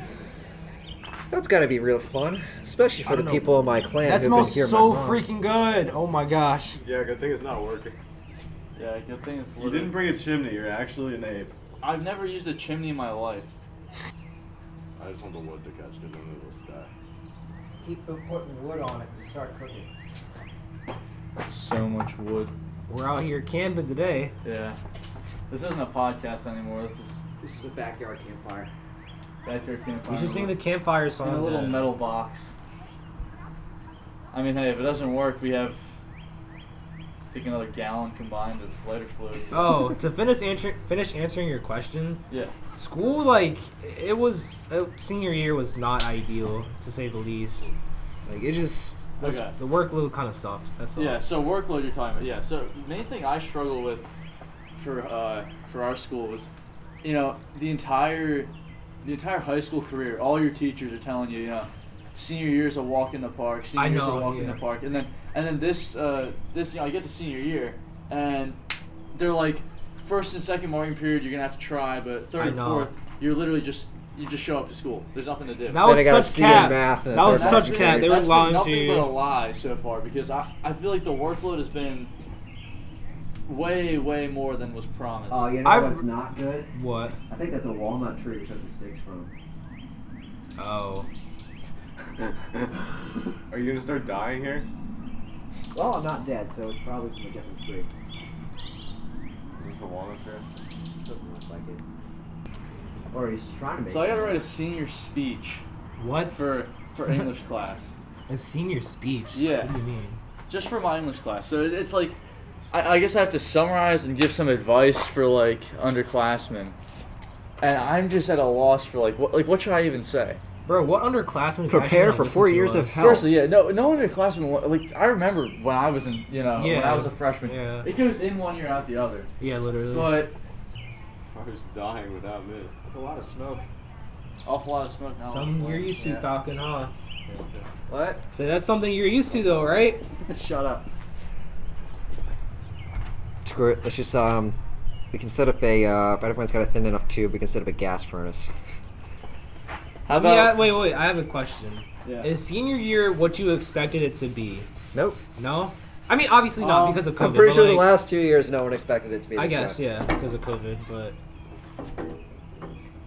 Speaker 3: That's got to be real fun, especially
Speaker 1: I
Speaker 3: for the
Speaker 1: don't know.
Speaker 3: people in my clan.
Speaker 1: That
Speaker 3: who've
Speaker 1: smells
Speaker 3: been here
Speaker 1: so
Speaker 3: my mom.
Speaker 1: freaking good. Oh my gosh.
Speaker 4: Yeah, good thing it's not working.
Speaker 2: Yeah, good thing it's.
Speaker 4: You didn't bring a chimney. You're actually an ape.
Speaker 2: I've never used a chimney in my life.
Speaker 5: I just want the wood to catch because then it'll stack.
Speaker 3: Just keep putting wood on it to start cooking.
Speaker 2: So much wood.
Speaker 1: We're out here camping today.
Speaker 2: Yeah. This isn't a podcast anymore. This is
Speaker 3: This is a backyard campfire.
Speaker 2: backyard campfire.
Speaker 1: We should sing the campfire
Speaker 2: in
Speaker 1: song.
Speaker 2: a little
Speaker 1: today.
Speaker 2: metal box. I mean, hey, if it doesn't work, we have. I think another gallon combined of lighter fluids.
Speaker 1: Oh, to finish answer, finish answering your question,
Speaker 2: Yeah.
Speaker 1: school like it was uh, senior year was not ideal to say the least. Like it just that's,
Speaker 2: Okay.
Speaker 1: the workload kind of sucked. That's all.
Speaker 2: Yeah, so workload you're talking about. Yeah, so the main thing I struggled with for uh, for our school was, you know, the entire the entire high school career, all your teachers are telling you, you know, senior year is a walk in the park, senior
Speaker 1: I
Speaker 2: year is a
Speaker 1: know,
Speaker 2: walk in
Speaker 1: yeah.
Speaker 2: the park, and then and then this uh, this you know I get to senior year, and they're like, first and second marking period you're gonna have to try, but
Speaker 1: I
Speaker 2: third and
Speaker 1: know.
Speaker 2: fourth you're literally just you just show up to school. There's nothing to do.
Speaker 1: That
Speaker 3: I
Speaker 1: was
Speaker 3: got a
Speaker 1: such
Speaker 3: C in
Speaker 1: cat.
Speaker 3: math in
Speaker 1: That was
Speaker 2: That's
Speaker 3: third
Speaker 1: such
Speaker 2: been-
Speaker 3: grade.
Speaker 1: cat. They were
Speaker 2: that's been
Speaker 1: lying to
Speaker 2: nothing but a
Speaker 1: you.
Speaker 2: lie so far because I, I feel like the workload has been way way more than was promised.
Speaker 3: Oh,
Speaker 1: know
Speaker 3: you know
Speaker 1: I- what's
Speaker 3: what's not good?
Speaker 1: What?
Speaker 3: I think that's a walnut tree we took the sticks from.
Speaker 1: Oh.
Speaker 4: *laughs* Are you gonna start dying here?
Speaker 3: Well, I'm not dead, so it's probably from a different tree.
Speaker 4: Is this a walnut tree?
Speaker 3: Doesn't look like it. Or he's trying to make.
Speaker 2: So I
Speaker 3: it.
Speaker 2: got to write a senior speech
Speaker 1: What?
Speaker 2: for for English class,
Speaker 1: A senior speech.
Speaker 2: Yeah.
Speaker 1: What do you mean?
Speaker 2: just for my English class. So it- it's like, I, I guess I have to summarize and give some advice for like underclassmen, and I'm just at a loss for like what like what should I even say?
Speaker 1: Bro, what underclassmen? is actually
Speaker 3: Prepare
Speaker 1: gonna
Speaker 3: for
Speaker 1: listen
Speaker 3: four
Speaker 1: to
Speaker 3: years of
Speaker 1: us?
Speaker 3: hell.
Speaker 2: Firstly, yeah, no no underclassmen wa- like I remember when I was in you know when
Speaker 1: Yeah.
Speaker 2: I was a freshman.
Speaker 1: Yeah.
Speaker 2: It goes in one year out the other,
Speaker 1: Yeah, literally.
Speaker 2: but.
Speaker 4: I was dying without me.
Speaker 5: That's a lot of smoke.
Speaker 2: Awful lot of smoke now.
Speaker 1: Something you're used to,
Speaker 3: Yeah.
Speaker 1: Falcon, huh?
Speaker 3: What? *laughs*
Speaker 1: So that's something you're used to, though, right?
Speaker 3: Shut up. Screw it. Let's just um, we can set up a. Uh, if everyone's got a thin enough tube, we can set up a gas furnace.
Speaker 2: How
Speaker 1: yeah.
Speaker 2: about
Speaker 1: Wait, wait. I have a question.
Speaker 2: yeah.
Speaker 1: Is senior year what you expected it to be?
Speaker 3: Nope.
Speaker 1: No. I mean, obviously not
Speaker 2: Um,
Speaker 1: because of COVID.
Speaker 3: I'm pretty
Speaker 1: but,
Speaker 3: sure the
Speaker 1: like,
Speaker 3: last two years, no one expected it to be.
Speaker 1: I
Speaker 3: this
Speaker 1: guess,
Speaker 3: bad.
Speaker 1: yeah, because of COVID, but.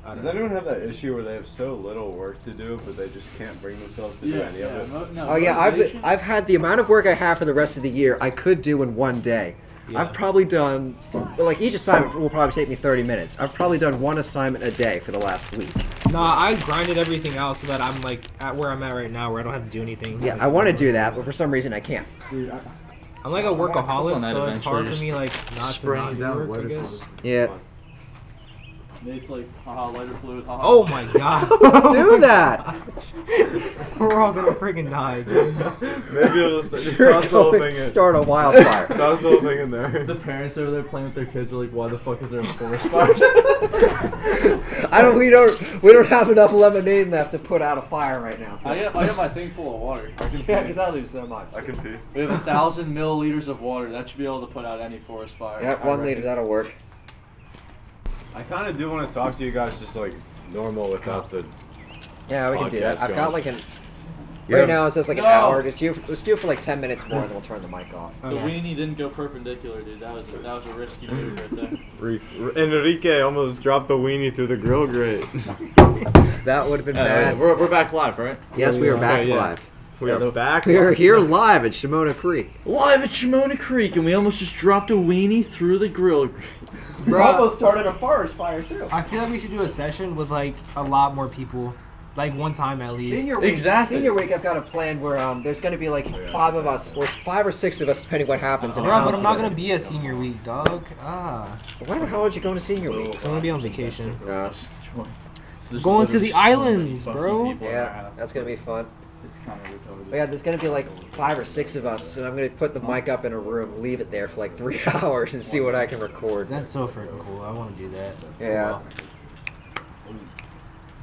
Speaker 1: I don't
Speaker 4: Does
Speaker 1: know.
Speaker 4: anyone have that issue where they have so little work to do, but they just can't bring themselves to do
Speaker 2: yeah,
Speaker 4: any
Speaker 2: yeah,
Speaker 4: of it?
Speaker 2: mo- no,
Speaker 3: Oh yeah, I've
Speaker 2: motivation?
Speaker 3: I've had the amount of work I have for the rest of the year I could do in one day.
Speaker 1: Yeah.
Speaker 3: I've probably done like each assignment will probably take me 30 minutes. I've probably done one assignment a day for the last week.
Speaker 1: Nah, I grinded everything out so that I'm like at where I'm at right now, where I don't have to do anything.
Speaker 3: Yeah, I want to do that, but for some reason I can't.
Speaker 4: Dude, I,
Speaker 1: I'm like a
Speaker 2: wanna cook
Speaker 1: workaholic,
Speaker 2: on that
Speaker 1: so it's
Speaker 2: eventually,
Speaker 1: hard for
Speaker 2: just
Speaker 1: me like not to
Speaker 2: spraying
Speaker 1: not do
Speaker 2: down
Speaker 1: work. I
Speaker 5: lighter
Speaker 1: guess.
Speaker 5: fluid.
Speaker 3: Yeah.
Speaker 2: Nate's like, haha, lighter fluid. Haha.
Speaker 1: Oh
Speaker 2: *laughs*
Speaker 1: my
Speaker 3: *laughs*
Speaker 1: god!
Speaker 3: do that.
Speaker 1: We're all gonna freaking die. James.
Speaker 4: *laughs* maybe it'll just, just
Speaker 3: *laughs* You're
Speaker 4: toss the whole
Speaker 3: going
Speaker 4: thing
Speaker 3: to
Speaker 4: in.
Speaker 3: start a wildfire.
Speaker 4: Toss the whole thing in there.
Speaker 2: The parents over there playing with their kids are like, why the fuck is there a forest fire?
Speaker 3: I don't. We don't. We don't have enough lemonade left to put out a fire right now.
Speaker 2: *laughs* I got, I got my thing full of water. I can
Speaker 3: yeah,
Speaker 2: pee.
Speaker 3: because I lose so much.
Speaker 4: I can pee.
Speaker 2: we have a thousand milliliters of water. That should be able to put out any forest fire.
Speaker 3: Yep,
Speaker 2: I
Speaker 3: one
Speaker 2: reckon.
Speaker 3: liter. That'll work.
Speaker 4: I kind of do want to talk to you guys just like normal without the.
Speaker 3: Yeah, we can do that.
Speaker 4: Podcast
Speaker 3: I've got
Speaker 4: going.
Speaker 3: like an.
Speaker 4: You
Speaker 3: Right
Speaker 4: have-
Speaker 3: now it says like an
Speaker 2: No.
Speaker 3: hour. Let's do, let's do it for like 10 minutes more, and then we'll turn the mic off.
Speaker 2: The weenie didn't go perpendicular, dude. That was a, that was a risky move right there.
Speaker 3: *laughs*
Speaker 4: Re- Re- Enrique almost dropped the weenie through the grill grate.
Speaker 3: That would have been
Speaker 2: Uh,
Speaker 3: bad.
Speaker 2: we're, we're back live, right?
Speaker 3: yes, we are
Speaker 1: Yeah.
Speaker 3: back
Speaker 4: Yeah, yeah.
Speaker 3: live.
Speaker 4: We are back.
Speaker 3: We are here live at Shimona Creek.
Speaker 2: Live at Shimona Creek, and we almost just dropped a weenie through the grill.
Speaker 1: Bruh,
Speaker 3: started a forest fire too.
Speaker 1: I feel like we should do a session with like a lot more people. like one time at least.
Speaker 3: Senior week,
Speaker 2: Exactly.
Speaker 3: Senior week, I've got a plan where um, there's going to be like five of us, or five or six of us, depending what happens. in
Speaker 1: Bro, but
Speaker 3: house
Speaker 1: I'm not
Speaker 3: together.
Speaker 1: gonna be at senior week, dog. Ah,
Speaker 3: Why the hell would you go to senior week?
Speaker 1: 'cause I'm gonna be on vacation.
Speaker 3: Uh,
Speaker 1: Going to the islands, bro.
Speaker 3: yeah, that's going to be fun.
Speaker 6: It's kind of over
Speaker 3: But yeah, there's going to be like five or six of us, and I'm going to put the mic up in a room, leave it there for like three *laughs* hours, and see what I can record.
Speaker 1: That's so freaking cool. I want to do that.
Speaker 3: Yeah.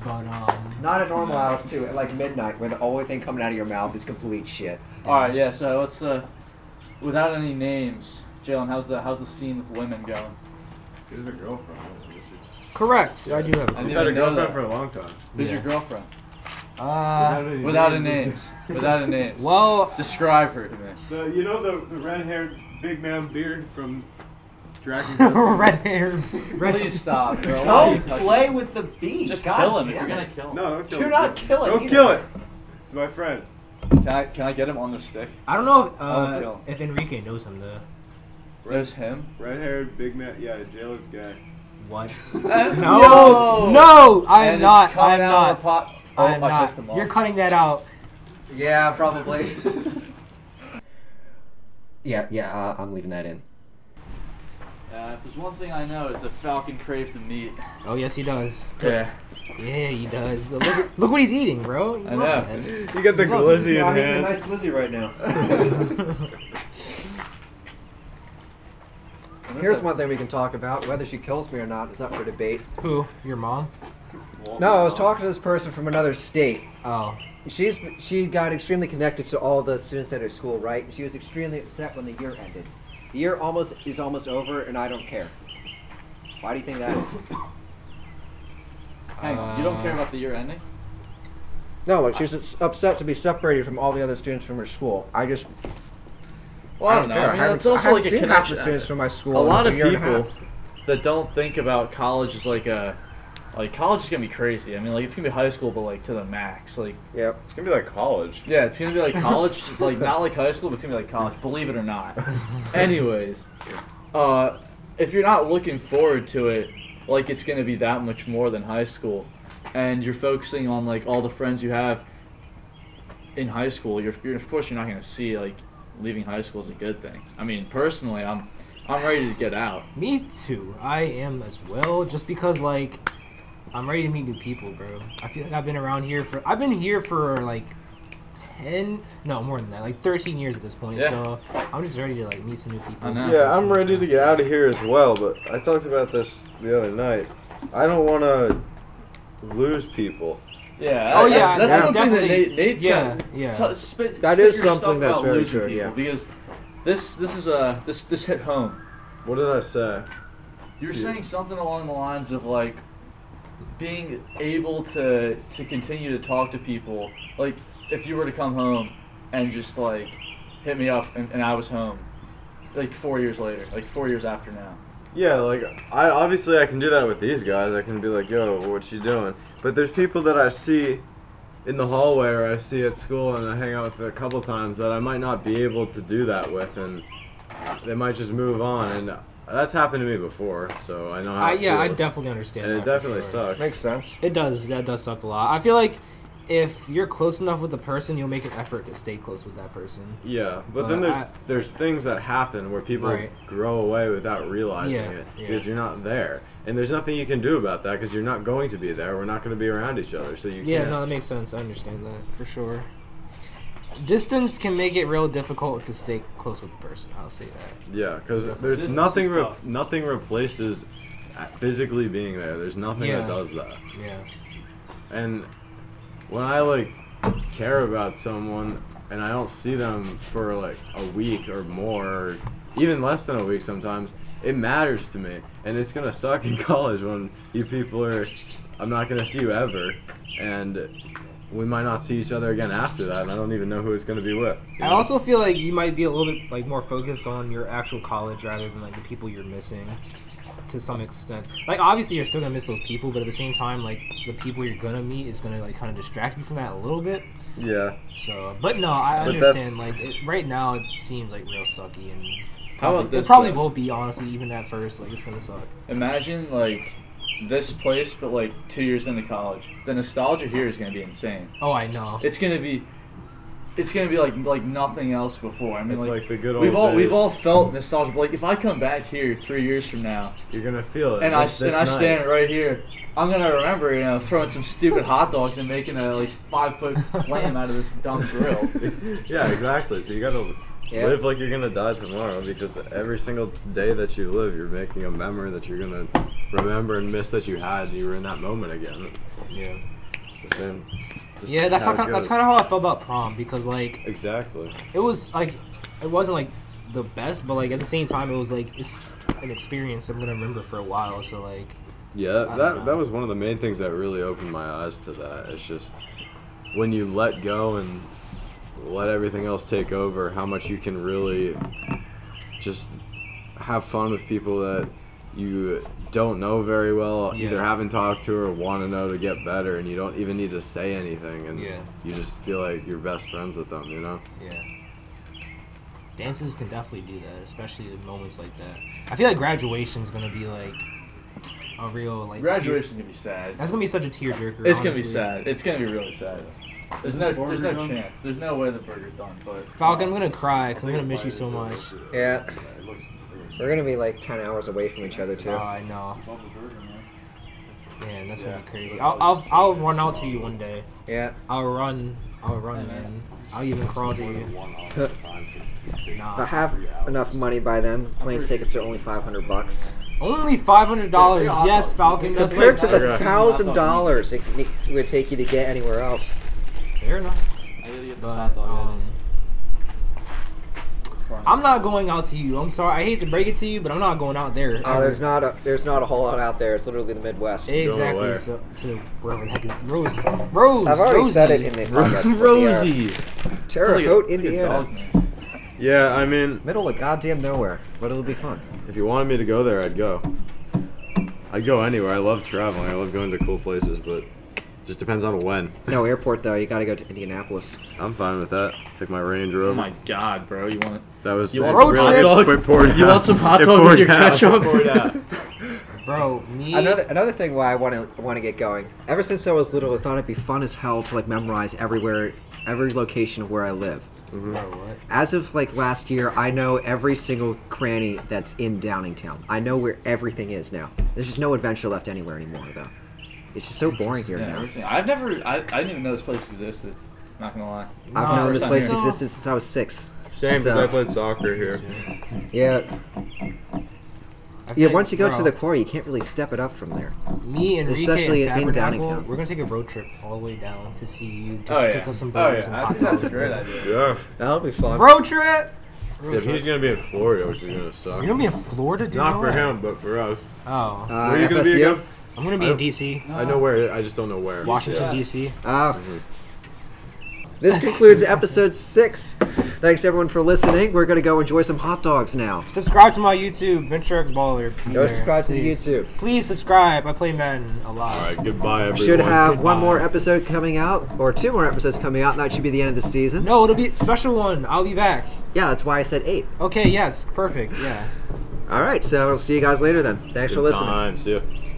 Speaker 1: But um,
Speaker 3: Not a normal hours too. At like midnight, where the only thing coming out of your mouth is complete shit.
Speaker 6: All right, yeah. So let's uh, without any names, Jalen. How's the how's the scene with women going?
Speaker 5: Here's a girlfriend.
Speaker 1: correct. I do have.
Speaker 6: I
Speaker 1: it.
Speaker 6: didn't
Speaker 4: I've had a
Speaker 6: even know
Speaker 4: girlfriend
Speaker 6: that.
Speaker 4: for a long time.
Speaker 6: Who's
Speaker 1: Yeah.
Speaker 6: your girlfriend?
Speaker 1: Uh,
Speaker 6: Without a names. Without a names.
Speaker 1: *laughs* well,
Speaker 6: Describe her to me.
Speaker 5: The, you know the, the red haired big man beard from Dragon
Speaker 3: *laughs*
Speaker 5: Quest?
Speaker 1: *laughs* red hair. Red
Speaker 6: Please stop. Bro. Why are you
Speaker 3: Don't
Speaker 6: touching
Speaker 3: play
Speaker 6: him?
Speaker 3: with the beat.
Speaker 6: Just
Speaker 3: God
Speaker 6: kill him if
Speaker 3: damn
Speaker 6: you're
Speaker 3: it.
Speaker 6: gonna kill him.
Speaker 5: No, don't kill
Speaker 3: Do
Speaker 5: him.
Speaker 3: not kill it.
Speaker 5: Don't
Speaker 3: either.
Speaker 5: kill it. It's my friend.
Speaker 6: Can I can I get him on the stick?
Speaker 1: I don't know if,
Speaker 6: I'll kill
Speaker 1: uh,
Speaker 6: him.
Speaker 1: if Enrique knows him though.
Speaker 6: There's him.
Speaker 5: Red haired big man. Yeah, jealous guy.
Speaker 1: What?
Speaker 6: No.
Speaker 1: No, no, I
Speaker 6: And
Speaker 1: am
Speaker 6: it's
Speaker 1: not. I
Speaker 6: coming
Speaker 1: am
Speaker 6: out of
Speaker 1: not.
Speaker 6: the pot. Oh,
Speaker 1: I am
Speaker 6: I pissed him
Speaker 1: not.
Speaker 6: off.
Speaker 1: You're cutting that out.
Speaker 3: Yeah, probably. *laughs* yeah, yeah, uh, I'm leaving that in.
Speaker 6: Uh, if there's one thing I know is the Falcon craves the meat.
Speaker 1: Oh yes, he does.
Speaker 6: Yeah.
Speaker 1: Yeah, he does. The- look, look what he's eating, bro. He
Speaker 6: I
Speaker 1: loves
Speaker 6: know. *laughs*
Speaker 1: it.
Speaker 4: You got the
Speaker 1: Love
Speaker 4: glizzy
Speaker 3: Yeah,
Speaker 4: in
Speaker 3: I'm eating a
Speaker 4: hand.
Speaker 3: nice glizzy right now. *laughs* Here's one thing we can talk about. Whether she kills me or not is up for debate.
Speaker 1: Who? Your mom?
Speaker 3: No, I was talking to this person from another state.
Speaker 1: Oh,
Speaker 3: She's she got extremely connected to all the students at her school, right? And she was extremely upset when the year ended. The year almost is almost over, and I don't care. Why do you think that is?
Speaker 6: Hang on. You don't care about the year ending?
Speaker 3: No, like she's ups- upset to be separated from all the other students from her school. I just
Speaker 2: Well, I don't know.
Speaker 3: care.
Speaker 2: I mean,
Speaker 3: haven't-
Speaker 2: that's also like
Speaker 3: haven't
Speaker 2: a
Speaker 3: seen half the
Speaker 2: connection.
Speaker 3: students from my school.
Speaker 2: a
Speaker 3: in
Speaker 2: lot of
Speaker 3: year and a half.
Speaker 2: people that don't think about college is like a like college is gonna be crazy. I mean, like it's gonna be high school, but like to the max. Like
Speaker 3: Yep.
Speaker 4: It's gonna be like college.
Speaker 2: yeah, it's gonna be like college, like not like high school, but it's gonna be like college. Believe it or not. Anyways, uh, if you're not looking forward to it, like it's gonna be that much more than high school, and you're focusing on like all the friends you have in high school. You're, you're of course you're not gonna see like leaving high school is a good thing. I mean, personally, I'm I'm ready to get out.
Speaker 1: me too. I am as well. Just because, like, I'm ready to meet new people, bro. I feel like I've been around here for. I've been here for like ten, no more than that, like thirteen years at this point.
Speaker 2: Yeah.
Speaker 1: So I'm just ready to like meet some new people.
Speaker 2: I know.
Speaker 4: Yeah, I'm ready to get out of here as well, but I talked about this the other night. I don't want to lose people.
Speaker 2: Yeah.
Speaker 1: Oh,
Speaker 2: that's,
Speaker 1: yeah,
Speaker 2: that's
Speaker 1: yeah.
Speaker 2: something that
Speaker 1: Definitely.
Speaker 2: Nate, Nate's
Speaker 1: Yeah,
Speaker 2: got-
Speaker 1: yeah.
Speaker 2: T- spit,
Speaker 3: That
Speaker 2: spit
Speaker 3: is
Speaker 2: your stuff
Speaker 3: something that's
Speaker 2: about
Speaker 3: very
Speaker 2: losing
Speaker 3: true,
Speaker 2: people
Speaker 3: yeah.
Speaker 2: Because this this is uh this this hit home.
Speaker 4: What did I say?
Speaker 2: You were
Speaker 4: Yeah.
Speaker 2: saying something along the lines of like being able to to continue to talk to people. Like if you were to come home and just like hit me up and, and I was home, like four years later, like four years after now.
Speaker 4: Yeah, like I obviously I can do that with these guys. I can be like, "Yo, what you doing?" But there's people that I see in the hallway or I see at school and I hang out with a couple times that I might not be able to do that with, and they might just move on. And that's happened to me before, so I know how.
Speaker 1: I,
Speaker 4: it
Speaker 1: yeah, I
Speaker 4: feels.
Speaker 1: definitely understand.
Speaker 4: And it
Speaker 1: that for
Speaker 4: definitely
Speaker 1: sure.
Speaker 4: sucks.
Speaker 3: Makes sense.
Speaker 1: It does. That does suck a lot. I feel like if you're close enough with the person, you'll make an effort to stay close with that person.
Speaker 4: Yeah, but
Speaker 1: But
Speaker 4: then there's
Speaker 1: I-
Speaker 4: there's things that happen where people
Speaker 1: Right.
Speaker 4: grow away without realizing
Speaker 1: Yeah,
Speaker 4: it
Speaker 1: yeah.
Speaker 4: because you're not there, and there's nothing you can do about that because you're not going to be there. We're not going to be around each other, so you
Speaker 1: Yeah,
Speaker 4: can't.
Speaker 1: no, that makes sense. I understand that for sure. Distance can make it real difficult to stay close with the person. I'll say that.
Speaker 4: Yeah, because
Speaker 1: Definitely.
Speaker 4: there's
Speaker 6: This- this
Speaker 4: nothing
Speaker 6: is
Speaker 4: re-
Speaker 6: tough.
Speaker 4: nothing replaces uh, physically being there. There's nothing
Speaker 1: Yeah.
Speaker 4: that does that.
Speaker 1: Yeah.
Speaker 4: And when I like care about someone and I don't see them for like a week or more, or even less than a week sometimes, it matters to me. And it's gonna suck in *laughs* college when you people are, I'm not gonna see you ever, and we might not see each other again after that. And I don't even know who it's gonna be with. you
Speaker 1: I
Speaker 4: know?
Speaker 1: also feel like you might be a little bit like more focused on your actual college rather than like the people you're missing to some extent. Like obviously you're still gonna miss those people, but at the same time, like the people you're gonna meet is gonna like kind of distract you from that a little bit.
Speaker 4: yeah.
Speaker 1: So, but no, I
Speaker 4: But
Speaker 1: understand.
Speaker 4: that's-
Speaker 1: Like it, right now, it seems like real sucky, and
Speaker 2: How about
Speaker 1: it
Speaker 2: this?
Speaker 1: probably
Speaker 2: though?
Speaker 1: will be honestly even at first. Like it's gonna suck.
Speaker 2: Imagine like this place, but like two years into college, the nostalgia here is gonna be insane.
Speaker 1: Oh, I know.
Speaker 2: It's gonna be, it's gonna be like like nothing else before. I mean,
Speaker 4: It's like the good old
Speaker 2: we've all we've
Speaker 4: days.
Speaker 2: all felt nostalgia. But like if I come back here three years from now
Speaker 4: You're gonna feel it.
Speaker 2: and I
Speaker 4: this-
Speaker 2: and
Speaker 4: this
Speaker 2: I
Speaker 4: night.
Speaker 2: stand right here, I'm gonna remember you know throwing some stupid hot dogs and making a like five foot flame out of this dumb grill.
Speaker 4: *laughs* yeah, exactly. So you gotta
Speaker 3: Yeah.
Speaker 4: live like you're gonna die tomorrow because every single day that you live, you're making a memory that you're gonna remember and miss that you had. You were in that moment again.
Speaker 1: Yeah.
Speaker 4: It's the same. just
Speaker 1: Yeah, that's
Speaker 4: how
Speaker 1: how,
Speaker 4: it
Speaker 1: that's
Speaker 4: goes.
Speaker 1: kind of how I felt about prom because like
Speaker 4: Exactly.
Speaker 1: it was like it wasn't like the best, but like at the same time it was like it's an experience I'm gonna remember for a while. So like
Speaker 4: Yeah,
Speaker 1: I don't know.
Speaker 4: that that was one of the main things that really opened my eyes to that. It's just when you let go and let everything else take over, how much you can really just have fun with people that you don't know very well,
Speaker 1: Yeah.
Speaker 4: either haven't talked to or want to know to get better, and you don't even need to say anything, and
Speaker 1: Yeah.
Speaker 4: you just feel like you're best friends with them, you know?
Speaker 1: yeah, dances can definitely do that, especially in moments like that. I feel like graduation's gonna be like a real like tear-
Speaker 2: Graduation's gonna be sad.
Speaker 1: that's gonna be such a tearjerker.
Speaker 2: It's gonna be
Speaker 1: honestly.
Speaker 2: sad. It's gonna be really sad. There's no there's
Speaker 7: Burger
Speaker 2: no
Speaker 7: done?
Speaker 2: chance. There's no way the burger's done. But
Speaker 1: Falcon, I'm gonna cry because I'm gonna miss you so much.
Speaker 3: Yeah,
Speaker 7: It looks, it looks
Speaker 3: we're gonna be like ten hours away from each other too.
Speaker 1: Oh, I know.
Speaker 7: above the burger, man.
Speaker 1: Man, that's gonna be
Speaker 2: Yeah.
Speaker 1: crazy. I'll, I'll I'll run out to you one day.
Speaker 3: Yeah,
Speaker 1: I'll run. I'll run, man. I'll even crawl to
Speaker 7: More
Speaker 1: you.
Speaker 7: than one off the time, 'cause it's big.
Speaker 1: Nah.
Speaker 3: I have enough money by then. Plane tickets are only five hundred bucks.
Speaker 1: Only five hundred dollars.
Speaker 2: Yeah,
Speaker 1: Yes, Falcon. That's
Speaker 3: Compared
Speaker 1: like,
Speaker 3: to the
Speaker 4: Right.
Speaker 3: thousand dollars it it would take you to get anywhere else.
Speaker 1: fair enough.
Speaker 2: I gotta get this hot
Speaker 1: But
Speaker 2: dog
Speaker 1: um,
Speaker 2: out.
Speaker 1: I'm not going out to you. I'm sorry. I hate to break it to you, but I'm not going out there.
Speaker 3: Uh, there's not a there's not a whole lot out there. It's literally the Midwest.
Speaker 4: Going
Speaker 1: exactly.
Speaker 4: where?
Speaker 1: So, to wherever the heck is Rose. Rose.
Speaker 3: I've already
Speaker 1: Rosie.
Speaker 3: said
Speaker 2: *laughs*
Speaker 3: it in the
Speaker 1: *laughs*
Speaker 3: podcast. but yeah. Terre
Speaker 2: Sounds like a-
Speaker 3: Haute,
Speaker 2: like a
Speaker 3: Indiana,
Speaker 2: dog, man.
Speaker 4: Yeah, I mean,
Speaker 3: middle of goddamn nowhere, but it'll be fun.
Speaker 4: If you wanted me to go there, I'd go. I'd go anywhere. I love traveling. I love going to cool places, but just depends on when.
Speaker 3: No airport though. You got to go to Indianapolis.
Speaker 4: I'm fine with that. Take my Range
Speaker 2: Oh
Speaker 4: Rover.
Speaker 2: my god, bro! You want
Speaker 4: that was
Speaker 2: you
Speaker 4: it's
Speaker 2: want some hot dog?
Speaker 4: It
Speaker 2: *laughs*
Speaker 4: poured
Speaker 2: You
Speaker 4: out.
Speaker 2: want some hot
Speaker 4: It
Speaker 2: dog with
Speaker 4: poured
Speaker 2: your
Speaker 4: out.
Speaker 2: ketchup?
Speaker 4: It poured
Speaker 2: *laughs*
Speaker 4: out.
Speaker 1: Bro, me.
Speaker 3: Another another thing why I want to want to get going. Ever since I was little, I thought it'd be fun as hell to like memorize everywhere, every location of where I live.
Speaker 1: Bro, what?
Speaker 3: As of like last year, I know every single cranny that's in Downingtown. I know where everything is now. There's just no adventure left anywhere anymore though. It's just so boring here
Speaker 2: yeah,
Speaker 3: now.
Speaker 2: everything. I've never. I, I didn't even know this place existed. Not gonna lie.
Speaker 3: I've
Speaker 1: No,
Speaker 2: first
Speaker 3: known this
Speaker 2: time
Speaker 3: place
Speaker 2: here.
Speaker 3: existed since I was six.
Speaker 4: Shame, because
Speaker 3: So-
Speaker 4: I played soccer here.
Speaker 3: Yeah,
Speaker 1: I feel
Speaker 3: yeah.
Speaker 1: like,
Speaker 3: Once you go to
Speaker 1: bro,
Speaker 3: the core, you can't really step it up from there.
Speaker 1: me and
Speaker 3: especially
Speaker 1: especially
Speaker 3: in
Speaker 1: and in
Speaker 3: Downingtown.
Speaker 1: we're gonna take a road trip all the way down to see you just
Speaker 2: Oh
Speaker 1: to
Speaker 2: yeah.
Speaker 1: pick up some
Speaker 2: oh
Speaker 1: burgers
Speaker 2: yeah.
Speaker 1: and
Speaker 2: I
Speaker 1: hot
Speaker 2: think
Speaker 1: dogs.
Speaker 2: that's a great idea.
Speaker 4: Yeah.
Speaker 3: That'll be fun.
Speaker 1: Road trip. Road
Speaker 4: If
Speaker 1: trip.
Speaker 4: he's going to be in Florida, which is going to suck.
Speaker 1: You're gonna be in Florida, dude.
Speaker 4: Not
Speaker 1: No
Speaker 4: for
Speaker 1: way.
Speaker 4: him, but for us.
Speaker 1: Oh,
Speaker 3: Uh,
Speaker 4: Where you going to be
Speaker 3: FSU?
Speaker 4: again?
Speaker 1: I'm gonna be
Speaker 4: I-
Speaker 1: in DC,
Speaker 4: I know where. it is, I just don't know where.
Speaker 1: Washington
Speaker 2: Yeah.
Speaker 1: DC.
Speaker 3: Uh, this concludes episode six. Thanks everyone for listening. We're gonna go enjoy some hot dogs now.
Speaker 1: Subscribe to my YouTube, Venture X Baller. Be
Speaker 3: Go
Speaker 1: there,
Speaker 3: subscribe to the
Speaker 1: please.
Speaker 3: YouTube.
Speaker 1: Please subscribe. I play Madden a lot.
Speaker 4: All right. Goodbye, everyone.
Speaker 3: Should have one
Speaker 1: Goodbye.
Speaker 3: more episode coming out, or two more episodes coming out, and that should be the end of the season.
Speaker 1: No, it'll be a special one. I'll be back.
Speaker 3: Yeah, that's why I said eight.
Speaker 1: Okay, yes, perfect. Yeah.
Speaker 3: All right, so see you guys later then. Thanks for
Speaker 4: Good
Speaker 3: listening.
Speaker 4: time. See ya.